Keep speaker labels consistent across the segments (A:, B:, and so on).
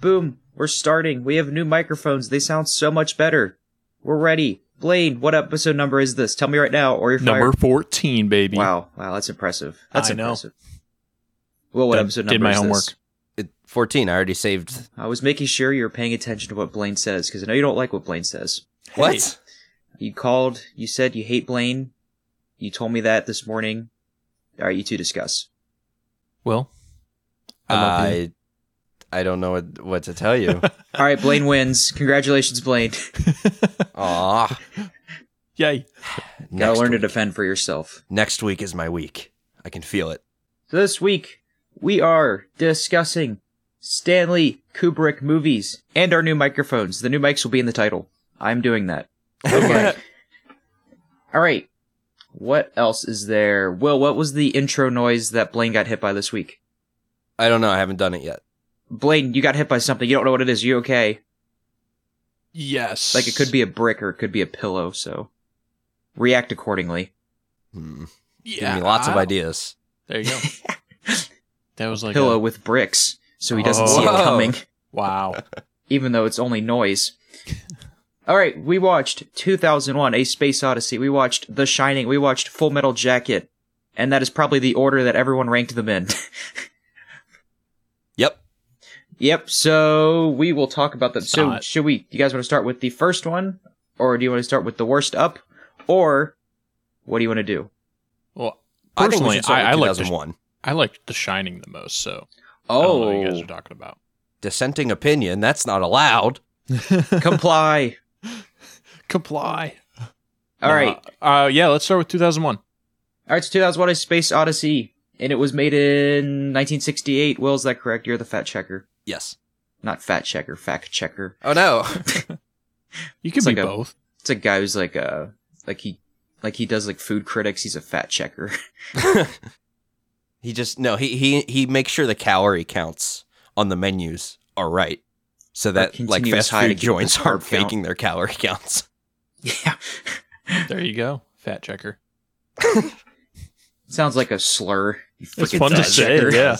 A: Boom, we're starting. We have new microphones. They sound so much better. We're ready. Blaine, what episode number is this? Tell me right now, or you're fired.
B: Number 14, baby.
A: Wow, wow, that's impressive. That's
B: I know.
A: impressive. Well, what
B: Done-
A: episode number
B: did my
A: is
B: homework.
A: this?
C: It, 14. I already saved.
A: I was making sure you were paying attention to what Blaine says because I know you don't like what Blaine says.
C: What?
A: You called. You said you hate Blaine. You told me that this morning. All right, you two discuss.
B: Well, I love you.
C: I, I don't know what, what to tell you.
A: All right, Blaine wins. Congratulations, Blaine.
C: Aw.
B: Yay.
A: Gotta
C: Next,
A: learn to
C: week.
A: defend for yourself.
C: next week is my week. I can feel it.
A: So this week we are discussing Stanley Kubrick movies and our new microphones. The new mics will be in the title. I'm doing that. Okay. All right. What else is there? Will, what was the intro noise that Blaine got hit by this week?
C: I don't know. I haven't done it yet.
A: Blaine, you got hit by something. You don't know what it is. You okay?
B: Yes.
A: Like it could be a brick or it could be a pillow, so react accordingly.
C: Hmm.
B: Yeah.
C: Give me lots of
B: I-
C: ideas.
B: There you go. that was like
A: pillow
B: a,
A: with bricks, so he doesn't
B: Oh.
A: see it
C: Whoa.
A: coming.
B: wow.
A: even though it's only noise. All right, we watched 2001: A Space Odyssey. We watched The Shining. We watched Full Metal Jacket, and that is probably the order that everyone ranked them in.
C: Yep.
A: yep. So we will talk about them. So
B: Not.
A: should we? You guys want to start with the first one, or do you want to start with the worst up, or what do you want to do?
B: Well,
C: I think we
B: personally,
C: should start
B: I, I
C: with
B: like the,
C: 2001.
B: I liked The Shining the most. So I don't know what you guys
A: Oh,
B: are talking about.
C: Dissenting opinion. That's not allowed.
A: comply.
B: Comply.
A: All right.
B: Uh, yeah. Let's start with 2001.
A: All right, so 2001 is Space Odyssey, and it was made in 1968. Will, is that correct? You're the fat checker.
C: Yes.
A: Not fat checker, fact checker.
C: Oh no.
B: You could
A: It's
B: be
A: like a-
B: both.
A: It's a guy who's like, uh, like he, like he does like food critics. He's a fat checker.
C: he just no. He he he makes sure the calorie counts on the menus are right, so that like
A: continuous
C: fast
A: high to
C: food
A: keep the
C: joints
A: carb
C: aren't
A: count.
C: faking their calorie counts.
A: yeah.
B: There you go. Fat checker.
A: Sounds like a slur. You
B: It's
A: frickin'
B: fun to
A: fat
B: say.
A: checker.
B: Yeah.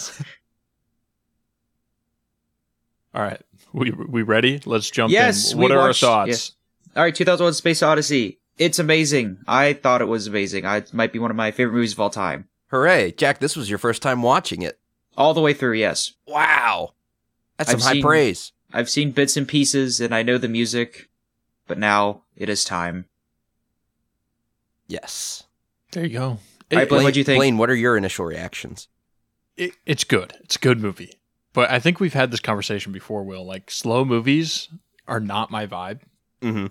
B: All right. We we ready? Let's jump
A: Yes,
B: in.
A: we
B: What are
A: watched-
B: our thoughts?
A: yes. All right, 2001 Space Odyssey. It's amazing. I thought it was amazing. I, it might be one of my favorite movies of all time.
C: Hooray, Jack! This was your first time watching it.
A: All the way through, yes.
C: Wow, that's some
A: I've
C: high
A: seen-
C: praise.
A: I've seen bits and pieces and I know the music, but now it is time.
C: Yes.
B: There you go.
A: All right,
B: It-
A: Blaine, what'd you think?
C: Blaine, what are your initial reactions?
B: it, it's good. It's a good movie. But I think we've had this conversation before, Will. Like slow movies are not my vibe.
C: Mm-hmm.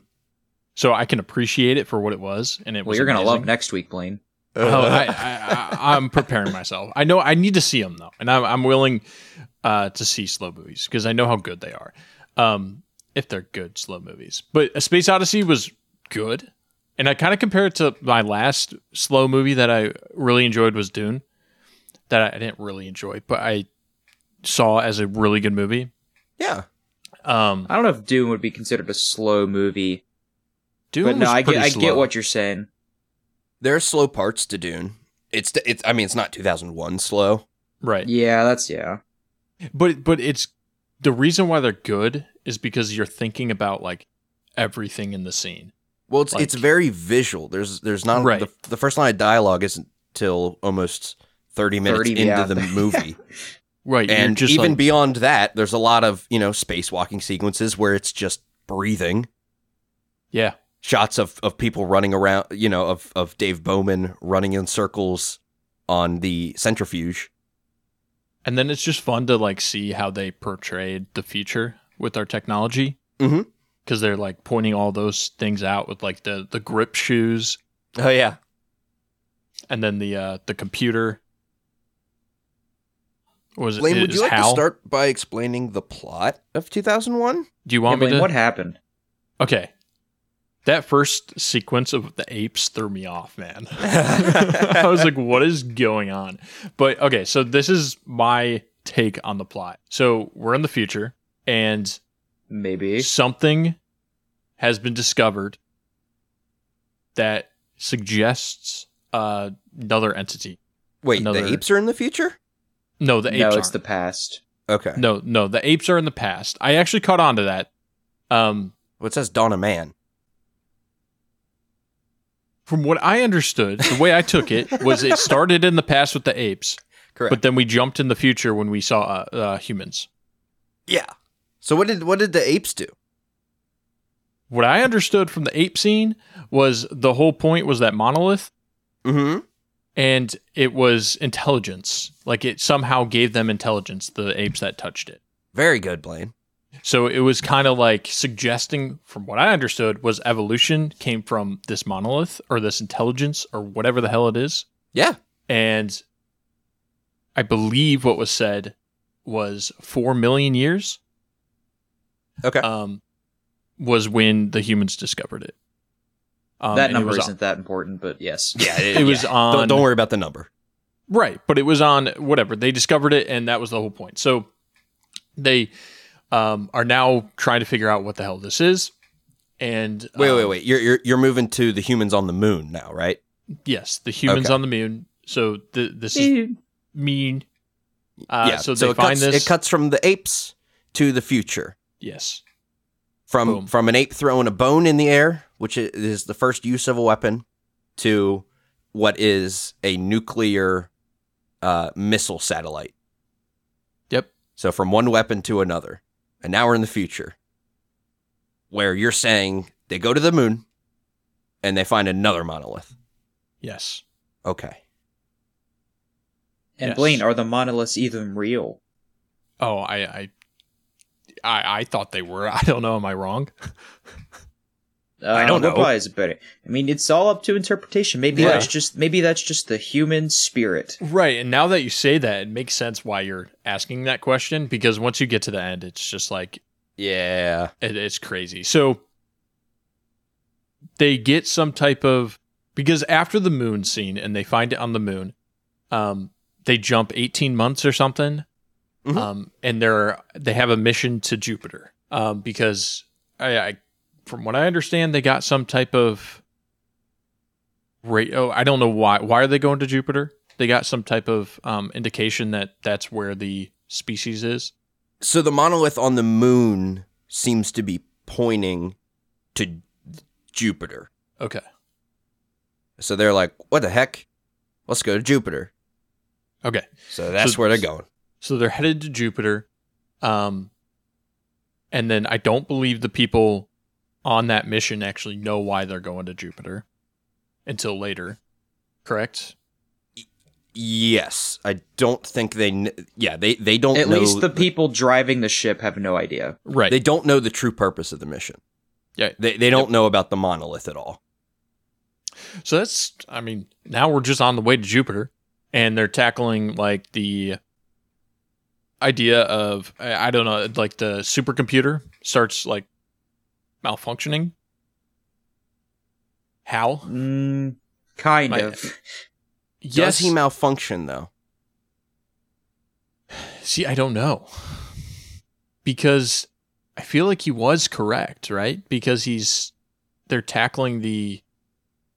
B: So I can appreciate it for what it was, and it
A: Well,
B: was.
A: you're going to love
B: amazing.
A: next week, Blaine.
B: Oh, I, I, I, I'm preparing myself. I know I need to see them though, and I'm, I'm willing uh, to see slow movies because I know how good they are. Um, if they're good slow movies, but a Space Odyssey was good, and I kind of compare it to my last slow movie that I really enjoyed was Dune, that I didn't really enjoy, but I saw as a really good movie.
C: yeah.
B: Um,
A: I don't know if Dune would be considered a slow movie,
B: Dune
A: but no,
B: was
A: I get,
B: pretty
A: I
B: slow.
A: get what you're saying.
C: There are slow parts to Dune. It's it's. I mean, it's not 2001 slow.
B: right.
A: Yeah, that's yeah.
B: But but it's the reason why they're good is because you're thinking about like everything in the scene.
C: Well, it's
B: Like-
C: it's very visual. There's there's not
B: Right.
C: the, the first line of dialogue isn't till almost thirty minutes
A: 30,
C: into
A: yeah.
C: the movie,
B: Right.
C: and
B: you're just
C: even
B: like,
C: beyond that, there's a lot of you know spacewalking sequences where it's just breathing,
B: yeah.
C: shots of of people running around, you know, of of Dave Bowman running in circles on the centrifuge.
B: And then it's just fun to like see how they portrayed the future with our technology.
C: Mhm.
B: Because they're like pointing all those things out with like the the grip shoes
C: Oh yeah,
B: and then the uh the computer. What Was it,
C: Blaine,
B: it
C: would you
B: was
C: like
B: Hal?
C: to start by explaining the plot of 2001?
B: Do you want
A: Yeah,
B: me
A: Blaine,
B: to?
A: What happened?
B: Okay. That first sequence of the apes threw me off, man. I was like, what is going on? But okay, so this is my take on the plot. So we're in the future and
A: Maybe.
B: something has been discovered that suggests uh, another entity.
C: Wait,
B: Another-
C: the apes are in the future.
B: No, the apes
A: no,
B: aren't.
A: it's the past.
C: Okay.
B: No, no, the apes are in the past. I actually caught on to that. Um,
C: Well, it says Dawn of Man.
B: from what I understood, the way I took it was it started in the past with the apes,
C: Correct.
B: but then we jumped in the future when we saw uh, uh, humans.
C: yeah. So what did what did the apes do?
B: What I understood from the ape scene was the whole point was that monolith,
C: Mm-hmm.
B: and it was intelligence. Like it somehow gave them intelligence, the apes that touched it.
C: Very good, Blaine.
B: So it was kind of like suggesting, from what I understood, was evolution came from this monolith or this intelligence or whatever the hell it is.
C: Yeah.
B: And I believe what was said was four million years
C: Okay.
B: um, was when the humans discovered it. Um,
A: that
B: and it
A: number
B: was
A: isn't that important, but yes.
C: yeah.
B: It was on.
C: Don't, don't worry about the number.
B: Right, but it was on whatever they discovered it, and that was the whole point. So they um, are now trying to figure out what the hell this is. And
C: Wait,
B: um,
C: wait, wait. You're you're you're moving to the humans on the moon now, right?
B: Yes, the humans
C: Okay. Eh.
B: on the moon. So th- this is mean. Uh, So they
C: it
B: find
C: cuts,
B: this.
C: It cuts from the apes to the future.
B: yes.
C: From
B: Boom.
C: from an ape throwing a bone in the air, which i- is the first use of a weapon, to what is a nuclear uh, missile satellite.
B: Yep.
C: So from one weapon to another. And now we're in the future. Where you're saying they go to the moon and they find another monolith.
B: Yes.
C: Okay.
A: And
B: Yes.
A: Blaine, are the monoliths even real?
B: Oh, I, I, I, I thought they were. I don't know. Am I wrong?
A: Uh,
C: I don't know.
A: what lies about it? I mean, it's all up to interpretation. Maybe
C: Yeah.
A: that's just maybe that's just the human spirit.
B: Right. And now that you say that, it makes sense why you're asking that question because once you get to the end, it's just like
C: Yeah.
B: It, it's crazy. So they get some type of because after the moon scene and they find it on the moon, um, they jump eighteen months or something,
C: Mhm.
B: um, and they're they have a mission to Jupiter um, because I, I from what I understand they got some type of rate. Oh, I don't know why. Why are they going to Jupiter? They got some type of um, indication that that's where the species is.
C: So the monolith on the moon seems to be pointing to Jupiter.
B: Okay.
C: So they're like, what the heck? Let's go to Jupiter.
B: Okay.
C: So that's
B: So-
C: where they're going.
B: So they're headed to Jupiter. Um, and then I don't believe the people on that mission actually know why they're going to Jupiter until later. Correct?
C: Yes. I don't think they kn- yeah, they they don't
A: At
C: know
A: least the people driving the ship have no idea.
B: Right.
C: they don't know the true purpose of the mission.
B: Yeah.
C: They they don't know about the monolith at all.
B: so that's, I mean, now we're just on the way to Jupiter and they're tackling like the idea of, I, I don't know, like the supercomputer starts like malfunctioning. How?
A: Mm, kind
B: Like,
A: of.
C: Does he malfunction though?
B: See, I don't know. Because I feel like he was correct, right? Because he's they're tackling the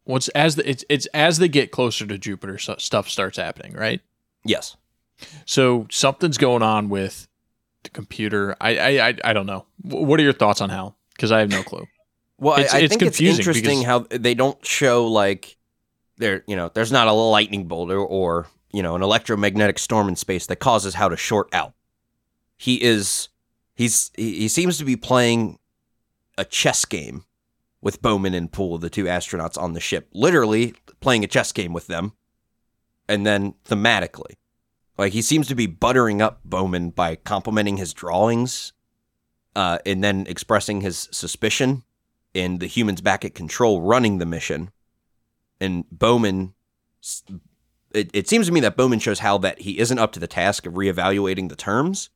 B: what's as the, it's it's as they get closer to Jupiter so stuff starts happening, right?
C: Yes.
B: So something's going on with the computer. I I I, I don't know. Wh- What are your thoughts on how? Because I have no clue.
C: Well,
B: It's-
C: I, I
B: it's
C: think it's
B: confusing
C: interesting
B: because-
C: how they don't show like there, you know, there's not a lightning bolt or, or you know an electromagnetic storm in space that causes how to short out. He is, he's he, he seems to be playing a chess game with Bowman and Poole, the two astronauts on the ship, literally playing a chess game with them, and then thematically, like he seems to be buttering up Bowman by complimenting his drawings, uh, and then expressing his suspicion and the humans back at control running the mission. And Bowman, s- it, it seems to me that Bowman shows Hal that he isn't up to the task of reevaluating the terms.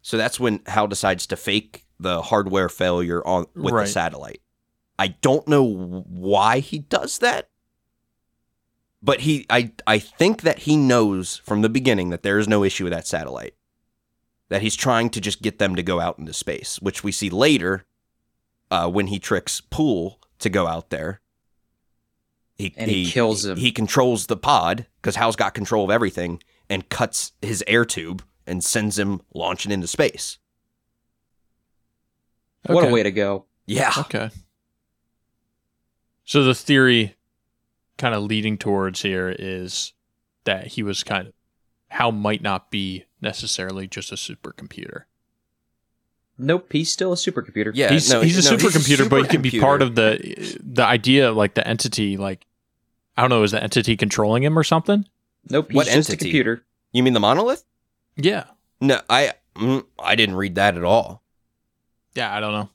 C: So that's when Hal decides to fake the hardware failure on with
B: Right.
C: the satellite. I don't know why he does that, but he I I think that he knows from the beginning that there is no issue with that satellite. That he's trying to just get them to go out into space, which we see later uh, when he tricks Poole to go out there. He,
A: And he kills him.
C: He controls the pod because Hal's got control of everything and cuts his air tube and sends him launching into space.
A: What a
B: Okay.
A: way to go.
C: Yeah.
B: Okay. So the theory kind of leading towards here is that he was kind of how might not be necessarily just a supercomputer.
A: Nope, he's still a supercomputer.
C: Yeah.
B: he's,
C: no,
B: he's a
C: no,
B: supercomputer, but he can be
C: supercomputer.
B: part of the the idea, like the entity, like I don't know, is the entity controlling him or something?
A: Nope, he's
C: What
A: just
C: entity?
A: a computer.
C: You mean the monolith?
B: Yeah,
C: No, I mm, I didn't read that at all.
B: yeah, I don't know.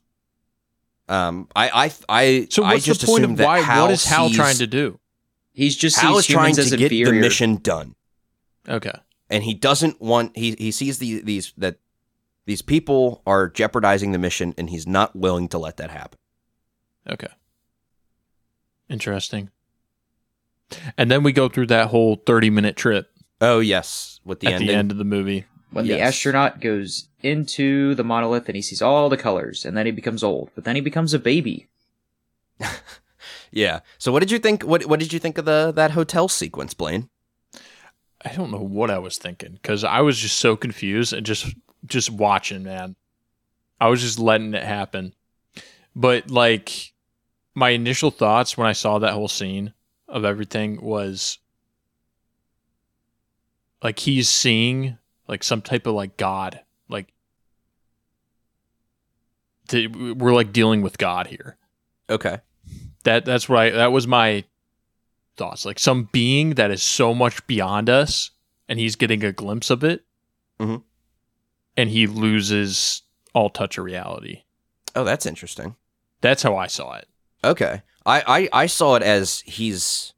C: Um, I I I
B: So
C: I
B: what's
C: just
B: the point
C: assumed
B: of
C: that
B: why?
C: Hal
B: what is Hal
C: sees-
B: trying to do?
A: He's just
C: Hal is
A: sees
C: trying
A: humans
C: to
A: as
C: get
A: inferior.
C: the mission done.
B: Okay,
C: and he doesn't want he he sees the, these that these people are jeopardizing the mission and he's not willing to let that happen
B: okay, interesting. And then we go through that whole thirty minute trip
C: oh yes with the
B: at
C: ending
B: the end of the movie.
A: When the
C: Yes.
A: astronaut goes into the monolith and he sees all the colors, and then he becomes old, but then he becomes a baby.
C: yeah so what did you think what what did you think of the that hotel sequence blaine
B: I don't know what I was thinking because I was just so confused and just just watching, man. I was just letting it happen. But like my initial thoughts when I saw that whole scene of everything was like he's seeing like some type of like God. Like th- we're like dealing with God here
C: okay
B: that that's what I that was my thoughts. Like some being that is so much beyond us, and he's getting a glimpse of it, Mm-hmm.
C: Mhm.
B: and he loses all touch of reality.
C: oh that's interesting
B: That's how I saw it.
C: okay i i, I saw it as he's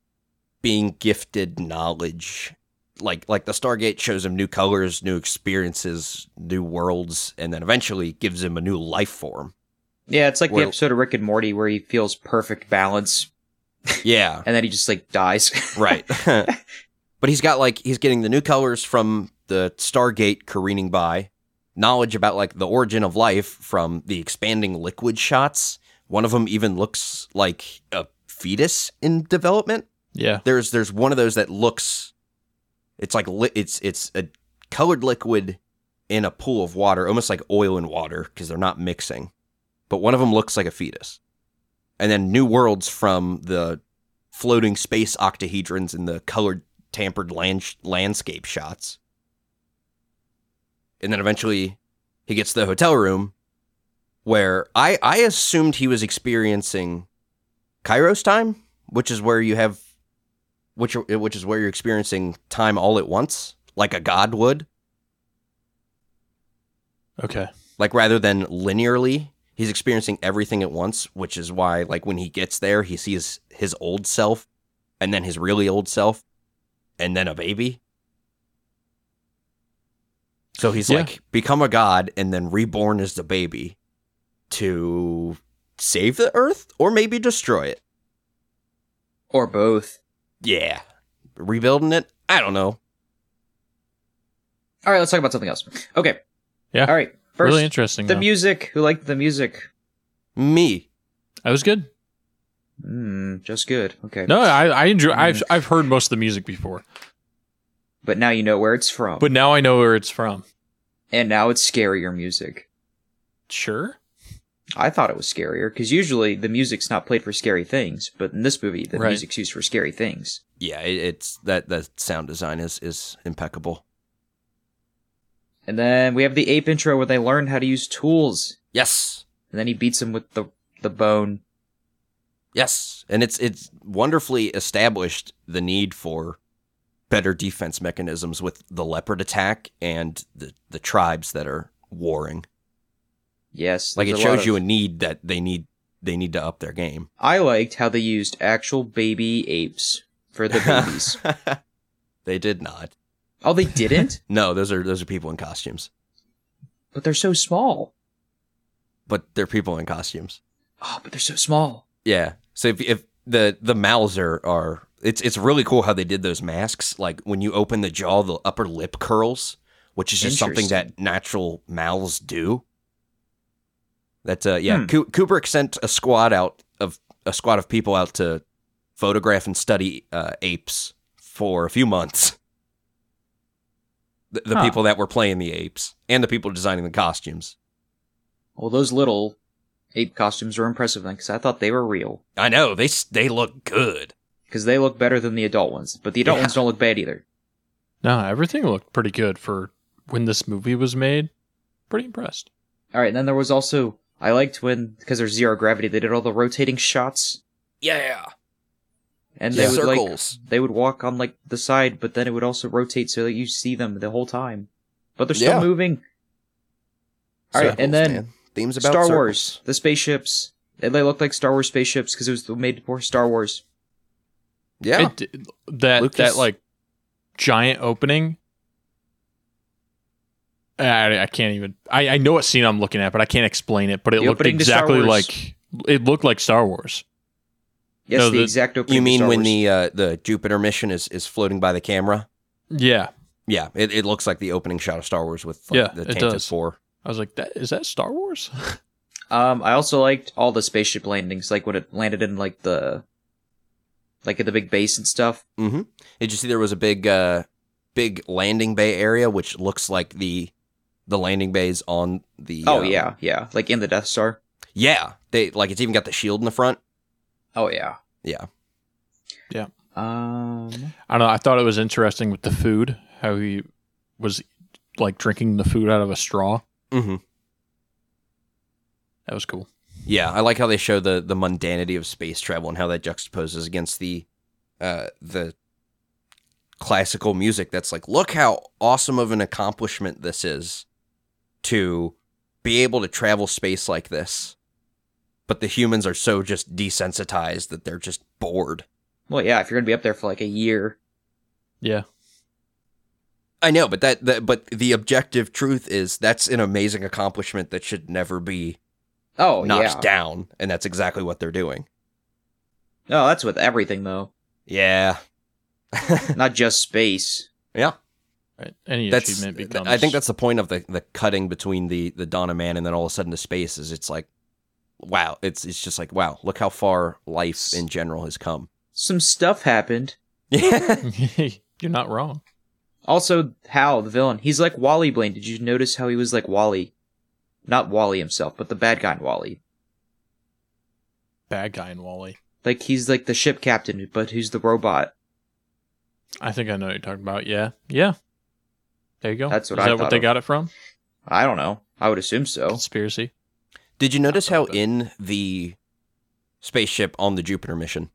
C: being gifted knowledge like like the stargate shows him new colors new experiences new worlds and then eventually gives him a new life form
A: Yeah, it's like
C: Well-
A: the episode of Rick and Morty where he feels perfect balance,
C: yeah
A: and then he just like dies.
C: right. but he's got like he's getting the new colors from the Stargate careening by, knowledge about like the origin of life from the expanding liquid shots. One of them even looks like a fetus in development.
B: Yeah,
C: There's there's one of those that looks it's like li- it's it's a colored liquid in a pool of water, almost like oil and water because they're not mixing. But one of them looks like a fetus. And then New Worlds from the floating space octahedrons and the colored tampered land- landscape shots. And then eventually he gets to the hotel room where I I assumed he was experiencing Kairos time, which is where you have which which is where you're experiencing time all at once like a god would
B: okay,
C: like rather than linearly he's experiencing everything at once which is why like when he gets there he sees his old self and then his really old self and then a baby so he's
B: Yeah.
C: like become a god and then reborn as the baby to save the earth or maybe destroy it
A: or both.
C: yeah rebuilding it i don't know
A: All right, let's talk about something else. Okay.
B: Yeah.
A: All right. First,
B: really interesting.
A: the
B: though.
A: music. Who liked the music?
C: me
B: that was good.
A: Mm, just good. Okay.
B: No, I, I enjoy. I've I've heard most of the music before,
A: But now you know where it's from.
B: but now I know where it's from.
A: and now it's scarier music.
B: Sure.
A: I thought it was scarier because usually the music's not played for scary things, but in this movie, the
B: Right.
A: music's used for scary things.
C: yeah it, it's that the sound design is is impeccable
A: And then we have the ape intro where they learn how to use tools,
C: yes
A: and then he beats him with the the bone.
C: Yes, and it's it's wonderfully established the need for better defense mechanisms with the leopard attack and the the tribes that are warring.
A: Yes,
C: Like it
A: there's
C: shows
A: lot
C: you a
A: of-
C: need that they need they need to up their game.
A: I liked how they used actual baby apes for the babies.
C: they did not.
A: oh, they didn't,
C: No, those are those are people in costumes.
A: but they're so small.
C: But they're people in costumes.
A: Oh, but they're so small.
C: Yeah. So if if the the mouths are, are it's it's really cool how they did those masks. Like when you open the jaw, the upper lip curls, which is just something that natural mouths do. That uh, yeah,
A: Hmm.
C: Ku- Kubrick sent a squad out of a squad of people out to photograph and study uh, apes for a few months. the, the
B: Huh.
C: people that were playing the apes and the people designing the costumes.
A: Well, those little ape costumes were impressive then, because I thought they were real.
C: I know they s- they look good.
A: Because they look better than the adult ones, but the adult
C: Yeah.
A: ones don't look bad either.
B: No, everything looked pretty good for when this movie was made. Pretty impressed.
A: All right, and then there was also I liked when because there's zero gravity, they did all the rotating shots,
C: Yeah,
A: and they
C: Yeah.
A: would like
C: circles.
A: they would walk on like the side, but then it would also rotate so that you see them the whole time. But they're still
C: Yeah.
A: moving. All right, and
C: Circles,
A: then
C: man. themes about
A: Star
C: circles.
A: Wars, the spaceships, and they looked like Star Wars spaceships because it was made for Star Wars.
C: Yeah,
B: It d- that
C: Lucas-
B: that like giant opening. I, I can't even. I, I know what scene I'm looking at, but I can't explain it. But it
A: The
B: looked
A: opening to Star
B: exactly
A: Wars.
B: like it looked like Star Wars.
A: Yes,
B: No,
A: the,
B: the-
A: exact opening.
C: you
A: of
C: mean
A: Star
C: when
A: Wars.
C: the uh, the Jupiter mission is is floating by the camera?
B: Yeah,
C: Yeah, it, it looks like the opening shot of Star Wars with like,
B: Yeah,
C: the
B: it
C: Tantive
B: does.
C: Four.
B: I was like, that is that Star Wars?
A: Um, I also liked all the spaceship landings, like when it landed in like the, like at the big base and stuff.
C: Mm-hmm. Did you see there was a big uh, big landing bay area, which looks like the the landing bays on the.
A: Oh
C: uh,
A: yeah, yeah, like in the Death Star.
C: yeah. They like it's even got the shield in the front.
A: Oh yeah,
C: Yeah.
B: Yeah.
A: Um,
B: I don't know. I thought it was interesting with the food, how he was like drinking the food out of a straw.
C: Mm-hmm.
B: That was cool.
C: Yeah, I like how they show the the mundanity of space travel and how that juxtaposes against the uh, the classical music. That's like, look how awesome of an accomplishment this is to be able to travel space like this. But the humans are so just desensitized that they're just bored.
A: well yeah, if you're gonna be up there for like a year,
B: Yeah.
C: I know, but that, that but the objective truth is that's an amazing accomplishment that should never be
A: oh
C: knocked
A: yeah,
C: down, and that's exactly what they're doing.
A: no, Oh, that's with everything though,
C: Yeah.
A: not just space.
C: yeah.
B: Right. Any
C: That's
B: achievement
C: th-
B: becomes.
C: I think that's the point of the, the cutting between the the Donna Man and then all of a sudden the space is it's like wow, it's it's just like wow, look how far life in general has come.
A: Some stuff happened.
C: Yeah.
B: You're not wrong.
A: Also, Hal, the villain, he's like Wally Blaine. Did you notice how he was like Wally? Not Wally himself, but the bad guy in Wally.
B: Bad guy in Wally.
A: Like he's like the ship captain, but who's the robot?
B: I think I know what you're talking about. Yeah. Yeah. There you go.
A: That's what
B: Is
A: I
B: that
A: thought
B: what they
A: of.
B: got it from?
A: I don't know. I would assume
C: Oh.
A: so.
B: Conspiracy.
C: Did you notice how
B: but-
C: in the spaceship on the Jupiter mission,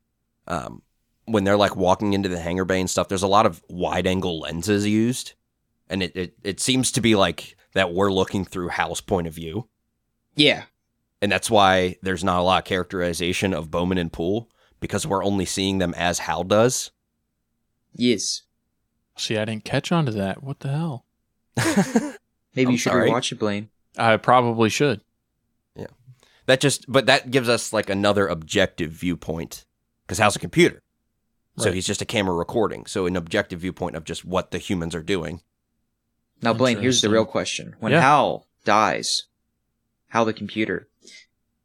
C: um, when they're like walking into the hangar bay and stuff, there's a lot of wide angle lenses used. And it, it, it seems to be like that we're looking through Hal's point of view.
A: Yeah.
C: And that's why there's not a lot of characterization of Bowman and Poole, because we're only seeing them as Hal does.
A: Yes.
B: See, I didn't catch on to that. What the hell?
A: Maybe
C: I'm
A: you should
C: sorry.
A: rewatch it, Blaine.
B: I probably should.
C: that just but that gives us like another objective viewpoint. Because Hal's a computer. So
B: Right.
C: he's just a camera recording. So an objective viewpoint of just what the humans are doing.
A: Now, Blaine, here's the
B: Interesting.
A: real question: When
B: Yeah.
A: Hal dies, Hal the computer,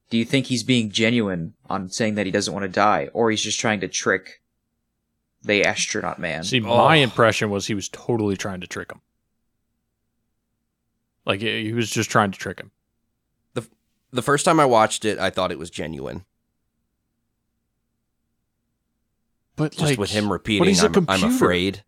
A: do you think he's being genuine on saying that he doesn't want to die, or he's just trying to trick the astronaut man?
B: See,
C: Oh.
B: my impression was he was totally trying to trick him. Like he he was just trying to trick him.
C: The first time I watched it, I thought it was genuine.
B: But
C: Just
B: like
C: with him
B: but
C: repeating,
B: he's a
C: I'm, I'm
B: computer.
C: afraid.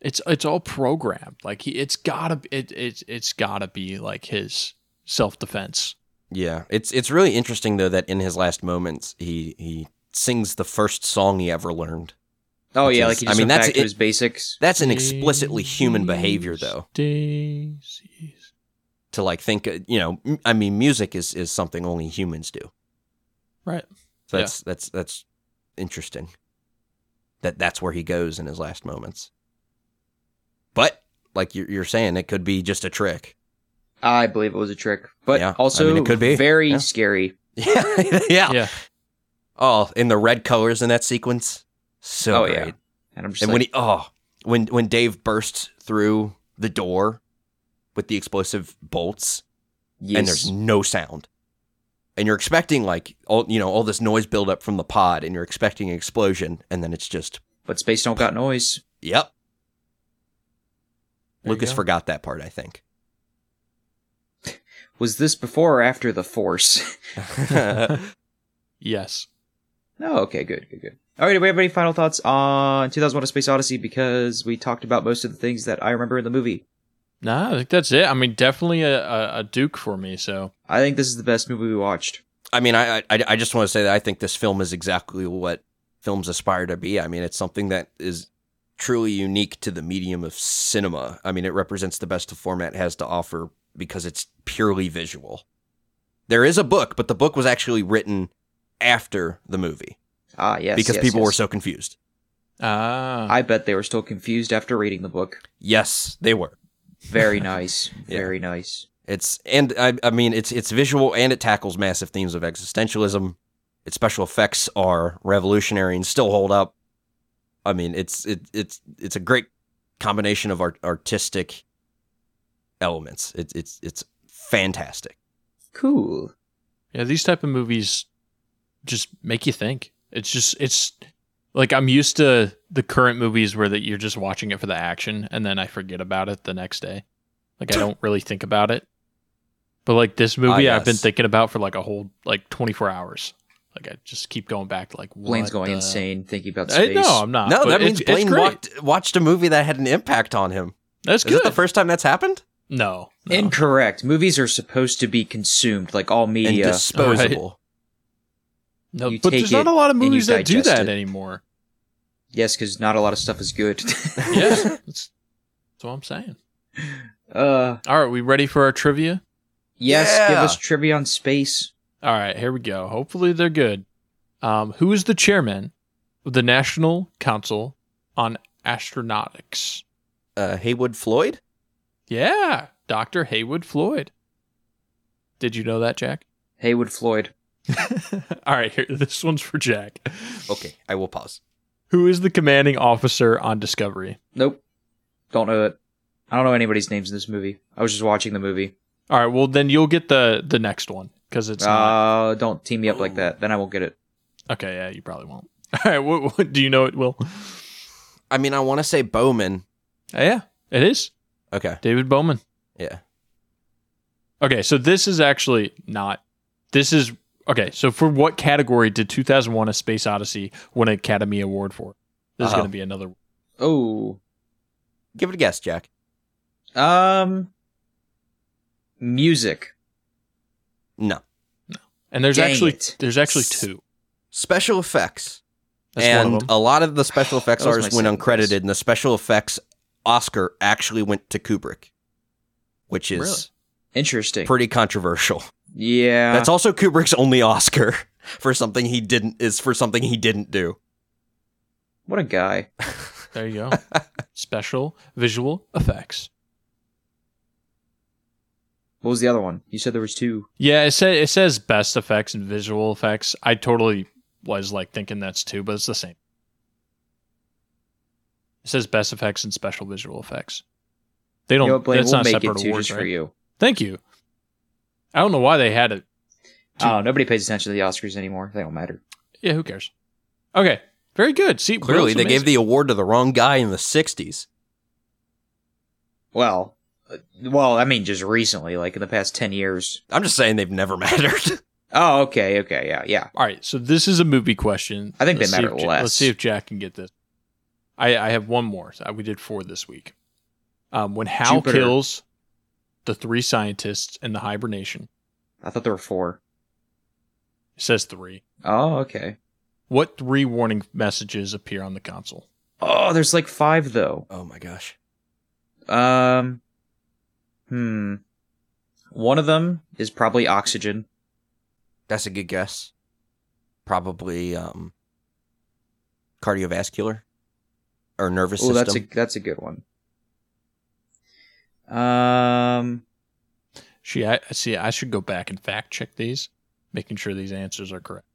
B: it's it's all programmed. Like he, it's gotta be- it it's it's gotta be like his self defense.
C: Yeah. It's it's really interesting though that in his last moments he he sings the first song he ever learned.
A: oh yeah,
C: Because-
A: like he
C: I
A: just went
C: mean, that's
A: back to
C: it-
A: his basics.
C: That's an explicitly human behavior though.
B: Daisies.
C: to like think uh, you know m- i mean music is is something only humans do
B: Right.
C: so that's that's that's interesting that that's where he goes in his last moments but like you're, you're saying it could be just a trick
A: I believe it was a trick, but
C: Yeah, I
A: also
C: mean, it could be.
A: very
C: Yeah.
A: scary.
C: yeah yeah
B: Yeah.
C: oh in the red colors in that sequence so
A: Oh,
C: great
A: yeah. And I'm just
C: and
A: like,
C: when he oh when when dave bursts through the door with the explosive bolts
A: yes.
C: and there's no sound. And you're expecting like all you know all this noise buildup from the pod, and you're expecting an explosion, and then it's just
A: but space don't got noise.
C: Yep.
B: There you
C: Lucas
B: go.
C: forgot that part, I think.
A: Was this before or after the Force?
B: Yes.
A: no, Oh, okay, good, good, good. All right, do we have any final thoughts on 2001: A Space Odyssey? Because we talked about most of the things that I remember in the movie.
B: No, I think that's it. I mean, definitely a, a, a Duke for me. So
A: I think this is the best movie we watched.
C: I mean, I, I I just want to say that I think this film is exactly what films aspire to be. I mean, it's something that is truly unique to the medium of cinema. I mean, it represents the best the format has to offer because it's purely visual. There is a book, but the book was actually written after the movie
A: Ah, yes,
C: because
A: yes,
C: people
A: yes.
C: were so confused.
B: ah,
A: I bet they were still confused after reading the book.
C: Yes, they were.
A: Very nice,
C: Yeah.
A: very nice.
C: It's and I, I mean it's it's visual and it tackles massive themes of existentialism. Its special effects are revolutionary and still hold up. I mean it's it it's it's a great combination of art, artistic elements. It's it's it's fantastic.
A: Cool.
B: yeah, these type of movies just make you think. It's just it's like I'm used to the current movies where that you're just watching it for the action and then I forget about it the next day. Like I don't really think about it. But like this movie, I've been
C: Ah, yes.
B: thinking about for like a whole like 24 hours. Like I just keep going back to like what
A: Blaine's going
B: the-
A: insane thinking about
B: I,
A: space.
B: no, I'm not.
C: no,
B: but
C: that
B: Uh, it's-
C: means Blaine
B: it's great.
C: walked, watched a movie that had an impact on him.
B: That's
C: Is
B: good.
C: it the first time that's happened?
B: no, no.
A: Incorrect. Movies are supposed to be consumed like all
C: And
A: media.
C: disposable.
B: No,
A: You
B: but
A: take
B: there's not
A: it
B: a lot of
A: and you
B: movies that do
A: digest
B: that
A: it.
B: anymore.
A: yes, because not a lot of stuff is good.
B: Yeah, that's, that's what I'm saying.
A: uh,
B: All right, we ready for our trivia?
A: yes, give
C: Yeah.
A: us trivia on space.
B: All right, here we go. Hopefully they're good. Um, who is the chairman of the National Council on Astronautics?
C: Uh, Haywood Floyd.
B: Yeah, Dr. Haywood Floyd. Did you know that, Jack?
A: Haywood Floyd.
B: All right, here, this one's for Jack.
C: Okay, I will pause.
B: Who is the commanding officer on Discovery?
A: Nope. Don't know it. I don't know anybody's names in this movie. I was just watching the movie.
B: All right, well then you'll get the the next one because it's not.
A: Uh, don't team me up like that. Then I won't get it.
B: Okay, yeah, you probably won't. All right, what, what do you know it will?
C: I mean, I want to say Bowman.
B: Yeah, it is
C: Okay,
B: David Bowman.
C: yeah.
B: Okay, so this is actually not. This is okay. So for what category did 2001: A Space Odyssey win an Academy Award for? This is
C: Uh-oh.
B: going to be another.
A: Oh.
C: Give it a guess, Jack.
A: Um. Music.
C: No.
B: And there's
A: Dang
B: actually
A: it.
B: there's actually two.
C: special effects.
B: That's
C: and
B: one of them.
C: a lot of the special effects
A: That was
C: artists
A: my
C: went
A: second guess.
C: uncredited, and the special effects Oscar actually went to Kubrick, which is
B: Really?
A: Interesting.
C: pretty controversial.
A: yeah.
C: That's also Kubrick's only Oscar for something he didn't is for something he didn't do.
A: What a guy.
B: There you go. Special visual effects.
A: What was the other one? You said there was two.
B: Yeah, it says it says best effects and visual effects. I totally was like thinking that's two, but it's the same. It says best effects and special visual effects. They
A: You
B: don't.
A: know what, Blaine?
B: that's
A: we'll
B: not
A: make
B: separate
A: it two
B: awards,
A: just
B: right?
A: for you.
B: Thank you. I don't know why they had it.
A: Oh, nobody pays attention to the Oscars anymore. They don't matter.
B: Yeah, who cares? Okay, very good. See,
C: Clearly,
B: Will's
C: they gave
B: amazing.
C: the award to the wrong guy in the '60s.
A: Well, uh, well, I mean, just recently, like in the past ten years.
C: I'm just saying they've never mattered.
A: Oh, okay, okay, yeah, yeah.
B: All right, so this is a movie question.
A: I think they
B: Let's see
A: matter
B: if Ja-
A: less.
B: Let's see if Jack can get this. I, I have one more. I- We did four this week. Um, when Hal
A: Jupiter.
B: kills the three scientists in the hibernation,
A: I thought there were four.
B: it says three.
A: Oh, okay.
B: What three warning messages appear on the console?
A: Oh, there's like five though.
C: oh my gosh!
A: Um, hmm. One of them is probably oxygen.
C: That's a good guess. Probably um, cardiovascular or nervous
A: Oh,
C: system.
A: that's a that's a good one. Um,
B: She, I see. I should go back and fact check these, making sure these answers are correct.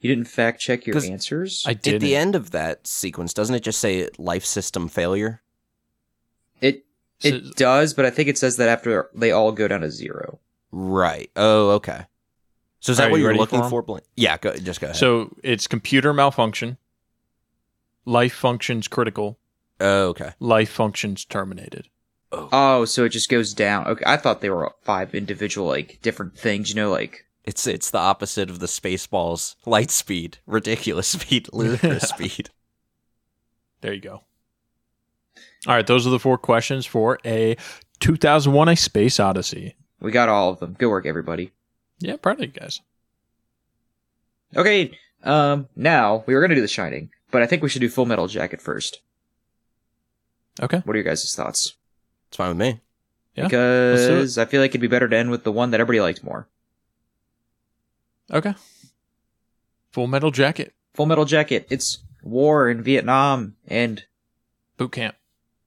A: you didn't fact check your
C: 'Cause
A: answers.
B: I did.
C: At the end of that sequence, doesn't it just say life system failure?
A: it it does, but I think it says that after they all go down to zero.
C: Right. Oh, okay. So is that
B: Are
C: what
B: you
C: you're
B: ready
C: looking
B: for 'em?
C: for, Blaine? Yeah, go, just go ahead.
B: So it's computer malfunction, life functions critical,
C: Oh, okay.
B: Life functions terminated.
A: Oh, so it just goes down. Okay, I thought they were five individual, like different things. You know, like
C: It's it's the opposite of the Spaceballs light speed, ridiculous speed, ludicrous speed.
B: There you go. All right, those are the four questions for a 2001: A Space Odyssey.
A: we got all of them. Good work, everybody.
B: Yeah, proud of you guys.
A: Okay, um, now we were gonna do The Shining, but I think we should do Full Metal Jacket first.
B: Okay.
A: What are your guys' thoughts?
C: It's fine with me.
B: Yeah, let's do it.
A: Because I feel like it'd be better to end with the one that everybody liked more.
B: Okay. Full Metal Jacket
A: Full Metal Jacket. It's war in Vietnam, and
B: boot camp.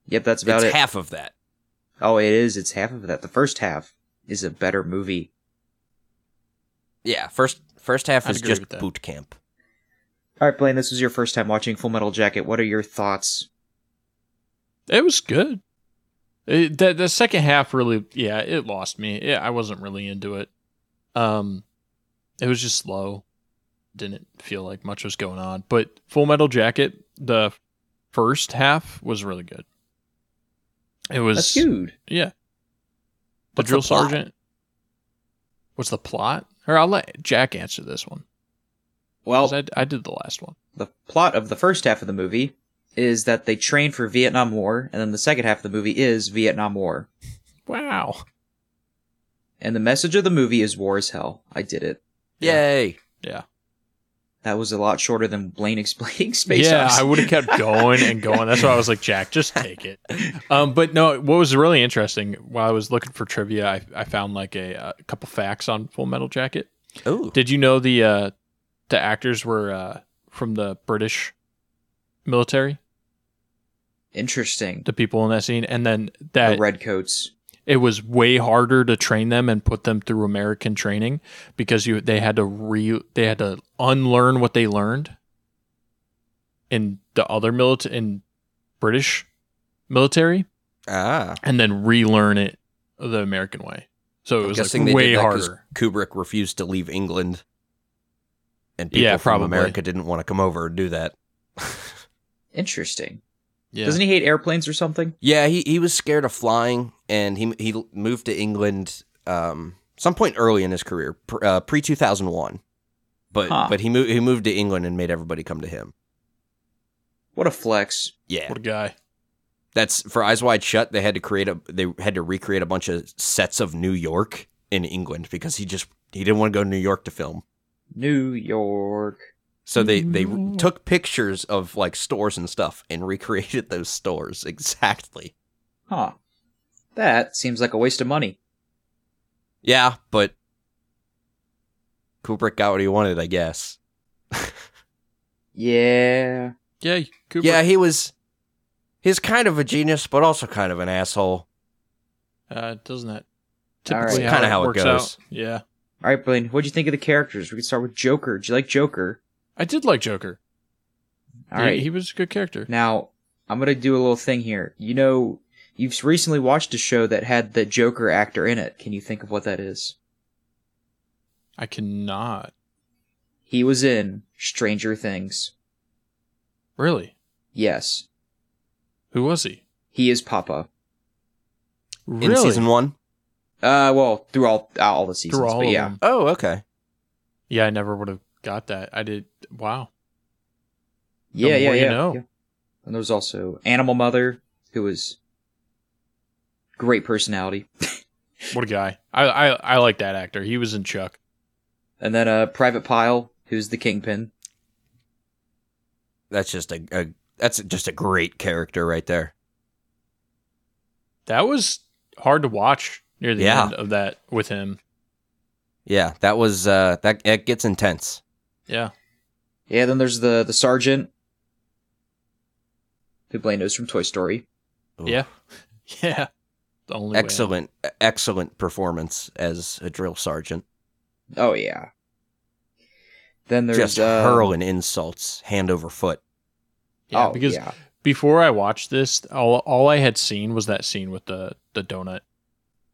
A: yep, that's about
C: it's
A: it.
C: half of that.
A: oh, it is. It's half of that. The first half is a better movie.
C: Yeah, first first half
B: I'd
C: is
B: agree
C: just
B: with that.
C: boot camp.
A: All right, Blaine, this was your first time watching Full Metal Jacket. What are your thoughts?
B: It was good. It, the the second half really, yeah, it lost me. Yeah, I wasn't really into it. Um, it was just slow. Didn't feel like much was going on. But Full Metal Jacket, the first half was really good. It was
A: That's good.
B: Yeah. The
C: What's the
B: drill
C: plot?
B: sergeant. What's the plot? Or I'll let Jack answer this one.
A: Well,
B: 'cause I, I did the last one.
A: the plot of the first half of the movie is that they train for Vietnam War, and then the second half of the movie is Vietnam War.
B: Wow.
A: And the message of the movie is war is hell. I did it.
C: Yay!
B: Yeah.
A: That was a lot shorter than Blaine explaining space.
B: yeah,
A: Odyssey.
B: I would have kept going and going. That's why I was like, Jack, just take it. Um, but no, what was really interesting while I was looking for trivia, I, I found like a, uh couple facts on Full Metal Jacket.
C: Ooh,
B: Did you know the uh, the actors were uh, from the British military,
A: Interesting.
B: the people in that scene, and then
A: The
B: that
A: redcoats.
B: it was way harder to train them and put them through American training because you they had to re they had to unlearn what they learned in the other military in British military
C: ah,
B: and then relearn it the American way. So it
C: I'm
B: was
C: guessing
B: like
C: they
B: way
C: did that 'cause
B: harder.
C: Kubrick refused to leave England, and people
B: Yeah,
C: from
B: probably.
C: America didn't want to come over and do that.
A: Interesting.
B: Yeah.
A: Doesn't he hate airplanes or something?
C: Yeah, he, he was scared of flying, and he he moved to England um, some point early in his career, pr- uh, pre two thousand one. But
A: Huh.
C: but he moved he moved to England and made everybody come to him.
A: What a flex.
C: Yeah,
B: what a guy.
C: that's for Eyes Wide Shut. They had to create a they had to recreate a bunch of sets of New York in England because he just he didn't want to go to New York to film.
A: New York.
C: So they they
B: No.
C: took pictures of like stores and stuff and recreated those stores exactly.
A: Huh. That seems like a waste of money.
C: Yeah, but Kubrick got what he wanted, I guess.
A: Yeah.
B: Yeah, Kubrick.
C: Yeah, he was. He's kind of a genius, but also kind of an asshole.
B: uh, doesn't that
A: All right.
B: typically
C: It's kinda how it
B: works
C: goes.
B: out? Yeah.
A: All right, Blaine, what'd you think of the characters? We could start with Joker. Did you like Joker?
B: I did like Joker.
A: All
B: he,
A: right.
B: he was a good character.
A: Now, I'm going to do a little thing here. You know, you've recently watched a show that had the Joker actor in it. Can you think of what that is?
B: I cannot.
A: He was in Stranger Things.
B: Really?
A: Yes.
B: Who was he?
A: He is Papa.
B: Really?
C: In season one.
A: Uh, well, through all all the seasons,
B: Through all
A: but
B: of
A: yeah.
B: them.
C: Oh, okay.
B: Yeah, I never would have got that. I did. Wow.
A: Yeah, yeah,
B: more you
A: yeah,
B: know.
A: yeah. And there was also Animal Mother, who was great personality.
B: What a guy. I, I, I like that actor. He was in Chuck.
A: And then uh Private Pile, who's the kingpin.
C: That's just a, a that's just a great character right there.
B: That was hard to watch near the
C: Yeah.
B: end of that with him.
C: Yeah, that was uh, that it gets intense.
B: Yeah.
A: Yeah, then there's the the sergeant who Blaine knows from Toy Story.
C: Ooh.
B: Yeah. Yeah. The only way out.
C: Excellent, excellent performance as a drill sergeant.
A: Oh yeah. Then there's
C: just
A: uh,
C: hurling insults hand over foot.
B: Yeah,
A: oh,
B: because
A: yeah.
B: before I watched this, all, all I had seen was that scene with the, the donut.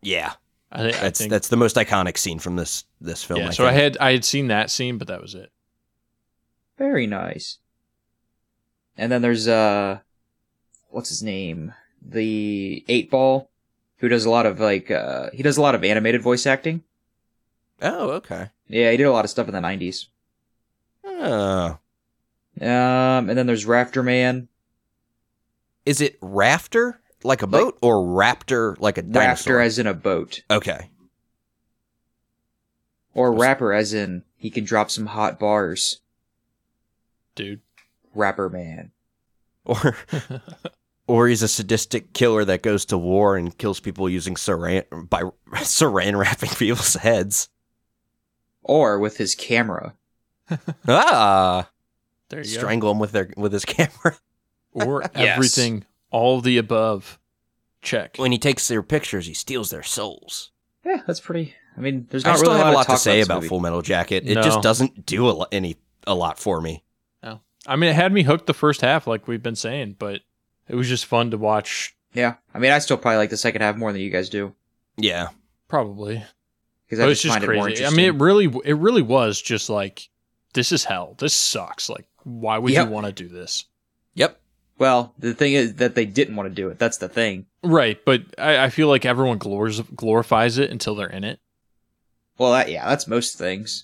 C: Yeah,
B: I, I
C: that's
B: think.
C: that's the most iconic scene from this this film.
B: yeah.
C: I
B: so I
C: think.
B: had I had seen that scene, but that was it.
A: very nice. And then there's uh what's his name? The Eight Ball, who does a lot of like uh, he does a lot of animated voice acting.
C: Oh, okay.
A: Yeah, he did a lot of stuff in the '90s.
C: Oh.
A: Um, and then there's Rafter Man.
C: Is it rafter like a boat or raptor like a dinosaur?
A: Rafter as in a boat,
C: okay.
A: or rapper as in he can drop some hot bars.
B: dude.
A: Rapper Man.
C: Or or he's a sadistic killer that goes to war and kills people using saran by saran wrapping people's heads.
A: Or with his camera.
C: Ah,
B: There you
C: strangle him with their with his camera.
B: go. Or
A: Yes.
B: everything, all the above. Check.
C: When he takes their pictures, he steals their souls.
A: Yeah, that's pretty. I mean, there's
C: I
A: not
C: still
A: really
C: have a lot
A: talk
C: to say
A: this
C: about
A: movie.
C: Full Metal Jacket. It
B: No.
C: just doesn't do a lo- any a lot for me.
B: I mean, it had me hooked the first half, like we've been saying, but it was just fun to watch.
A: Yeah, I mean, I still probably like the second half more than you guys do
C: Yeah,
B: Probably,
A: because I
B: but Oh, it's
A: just,
B: just
A: find it more
B: crazy. I
A: interesting.
B: mean, it really, it really was just like, this is hell. This sucks. Like, why would
A: Yep.
B: you want to do this?
C: yep.
A: well, the thing is that they didn't want to do it. That's the thing.
B: Right, but I, I feel like everyone glors, glorifies it until they're in it.
A: Well, that, yeah, that's most things.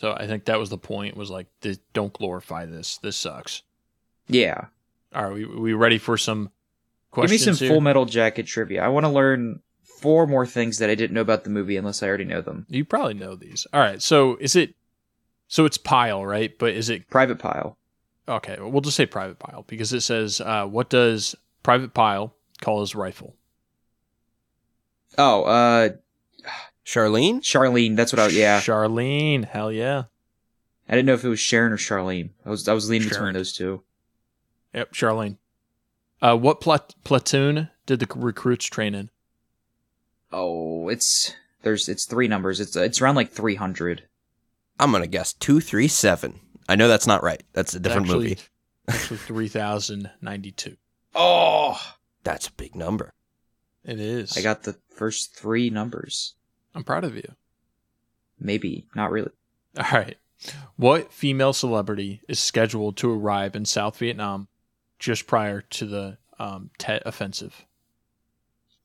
B: So I think that was the point. Was like, th- don't glorify this. This sucks.
A: Yeah,
B: All right, we we ready for some
A: give me
B: questions?
A: some
B: here?
A: Full Metal Jacket trivia. I want to learn four more things that I didn't know about the movie, unless I already know them.
B: You probably know these. All right, so is it? So it's pile, right? But is it
A: Private Pile.
B: Okay, well, we'll just say Private Pile because it says, uh, "What does Private Pile call his rifle?"
A: Oh, uh,
C: Charlene.
A: Charlene. That's what I. Yeah,
B: Charlene. Hell yeah.
A: I didn't know if it was Sharon or Charlene. I was I was leaning
B: Sharon.
A: between those two.
B: Yep, Charlene. Uh, what plat- platoon did the recruits train in?
A: Oh, it's there's it's three numbers. It's it's around like three hundred.
C: I'm gonna guess two three seven. I know that's not right. That's a
B: It's
C: different
B: actually-
C: movie.
B: Actually, three thousand ninety-two.
A: Oh,
C: That's a big number.
B: It is.
A: I got the first three numbers.
B: I'm proud of you.
A: Maybe not really.
B: All right. What female celebrity is scheduled to arrive in South Vietnam just prior to the um, Tet offensive?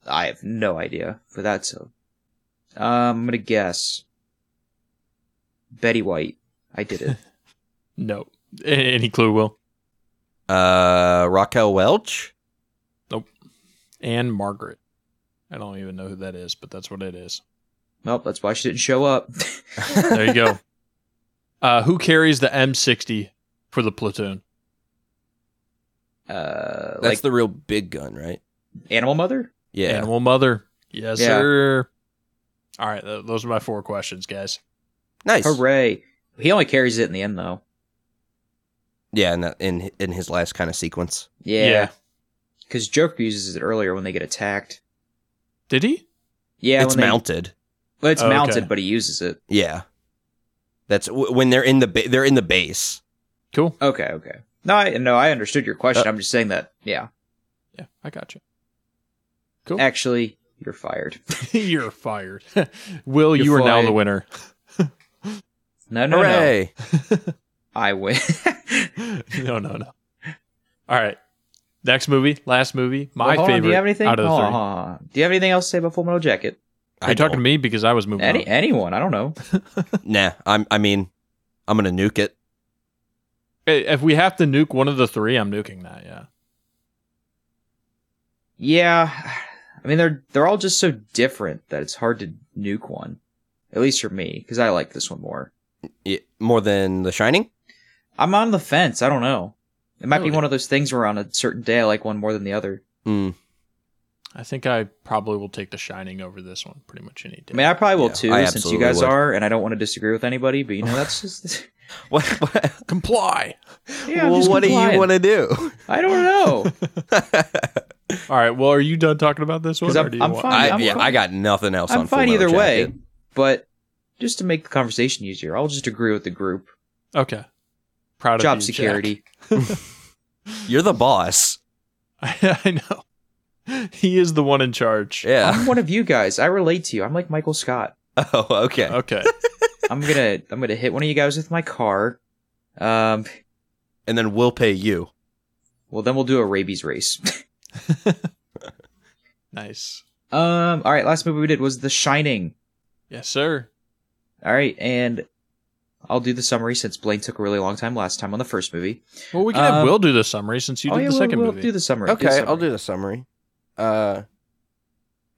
A: I have no idea for that. So, um, I'm gonna guess Betty White. I did it.
B: No. A- Any clue, Will?
C: Uh, Raquel Welch.
B: And Margaret. I don't even know who that is, but that's what it is.
A: well, that's why she didn't show up.
B: There you go. Uh, who carries the M60 for the platoon?
A: Uh,
C: That's
A: like
C: the real big gun, right?
A: Animal Mother.
C: Yeah.
B: Animal mother. Yes,
A: Yeah.
B: sir. All right, th- those are my four questions, guys.
C: Nice.
A: Hooray! He only carries it in the end, though.
C: Yeah, in that, in in his last kind of sequence.
A: Yeah, because Joker uses it earlier when they get attacked.
B: Did he?
A: Yeah,
C: it's
A: when they-
C: mounted.
A: well, it's
B: Oh, okay.
A: mounted, but he uses it.
C: Yeah. That's w- when they're in the ba- they're in the base.
B: Cool.
A: Okay, okay. No, I, no, I understood your question.
C: Uh,
A: I'm just saying that. Yeah,
B: Yeah, I got you. Cool.
A: actually, you're fired.
B: You're fired. Will,
A: You're
B: you are now the
A: fired.
B: winner.
A: No, no, no.
C: Hooray!
A: I win.
B: no, no, no. All right. Next movie, last movie, my
A: Well, hold on,
B: favorite.
A: Do you have anything?
B: Out of the
A: Hold
B: three.
A: on, hold on, hold on. Do you have anything else to say about Full Metal Jacket?
B: Are you talking to me because I was moving.
A: Any
B: on.
A: anyone? I don't know.
C: Nah, I'm. I mean, I'm gonna nuke it.
B: Hey, If we have to nuke one of the three, I'm nuking that. Yeah.
A: Yeah, I mean they're they're all just so different that it's hard to nuke one. At least for me, because I like this one more.
C: Yeah, more than The Shining.
A: I'm on the fence. I don't know. It might
B: Really?
A: be one of those things where on a certain day I like one more than the other.
C: Hmm.
B: I think I probably will take The Shining over this one pretty much any day.
A: I mean, I probably will
C: Yeah,
A: too,
C: I
A: since you
C: absolutely
A: guys
C: would.
A: are, and I don't want to disagree with anybody. But you know, that's just
C: What? What,
B: Comply.
A: yeah. I'm
C: well,
A: just
C: what do you
A: complying.
C: want to do?
A: I don't know.
B: All right. Well, are you done talking about this one?
A: 'Cause
B: Or
A: I'm-
B: do you
A: I'm
B: want-
A: fine.
C: I,
A: I'm
C: yeah,
A: fine.
C: I got nothing else.
A: I'm
C: on Full
A: fine
C: Metal
A: either way,
C: Jacket.
A: but just to make the conversation easier, I'll just agree with the group.
B: Okay. Proud
A: Job
B: of you, Jack.
A: security.
C: You're the boss.
B: I know. He is the one in charge.
A: I'm
C: Yeah.
A: one of you guys. I relate to you. I'm like Michael Scott.
C: Oh, okay.
B: Okay.
A: I'm gonna I'm gonna hit one of you guys with my car. Um,
C: And then we'll pay you.
A: well then we'll do a rabies race.
B: Nice.
A: Um, all right, last movie we did was The Shining.
B: Yes, sir.
A: All right, and I'll do the summary since Blaine took a really long time last time on the first movie.
B: Well, we can have
A: Um,
B: Will do the summary since you
A: oh,
B: did
A: yeah,
B: the
A: we'll-
B: 2nd
A: we'll
B: movie.
A: do the summary. the
C: Okay, I'll
A: summary.
C: do the summary. Uh,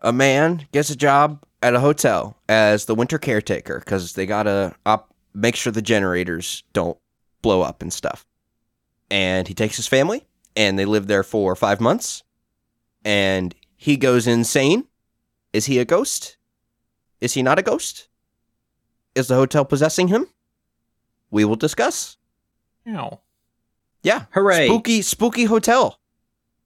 C: a man gets a job at a hotel as the winter caretaker because they gotta op- make sure the generators don't blow up and stuff. And he takes his family, and they live there for five months. And he goes insane. Is he a ghost? Is he not a ghost? Is the hotel possessing him? We will discuss.
B: Ow.
C: Yeah,
A: Hooray!
C: spooky, spooky hotel.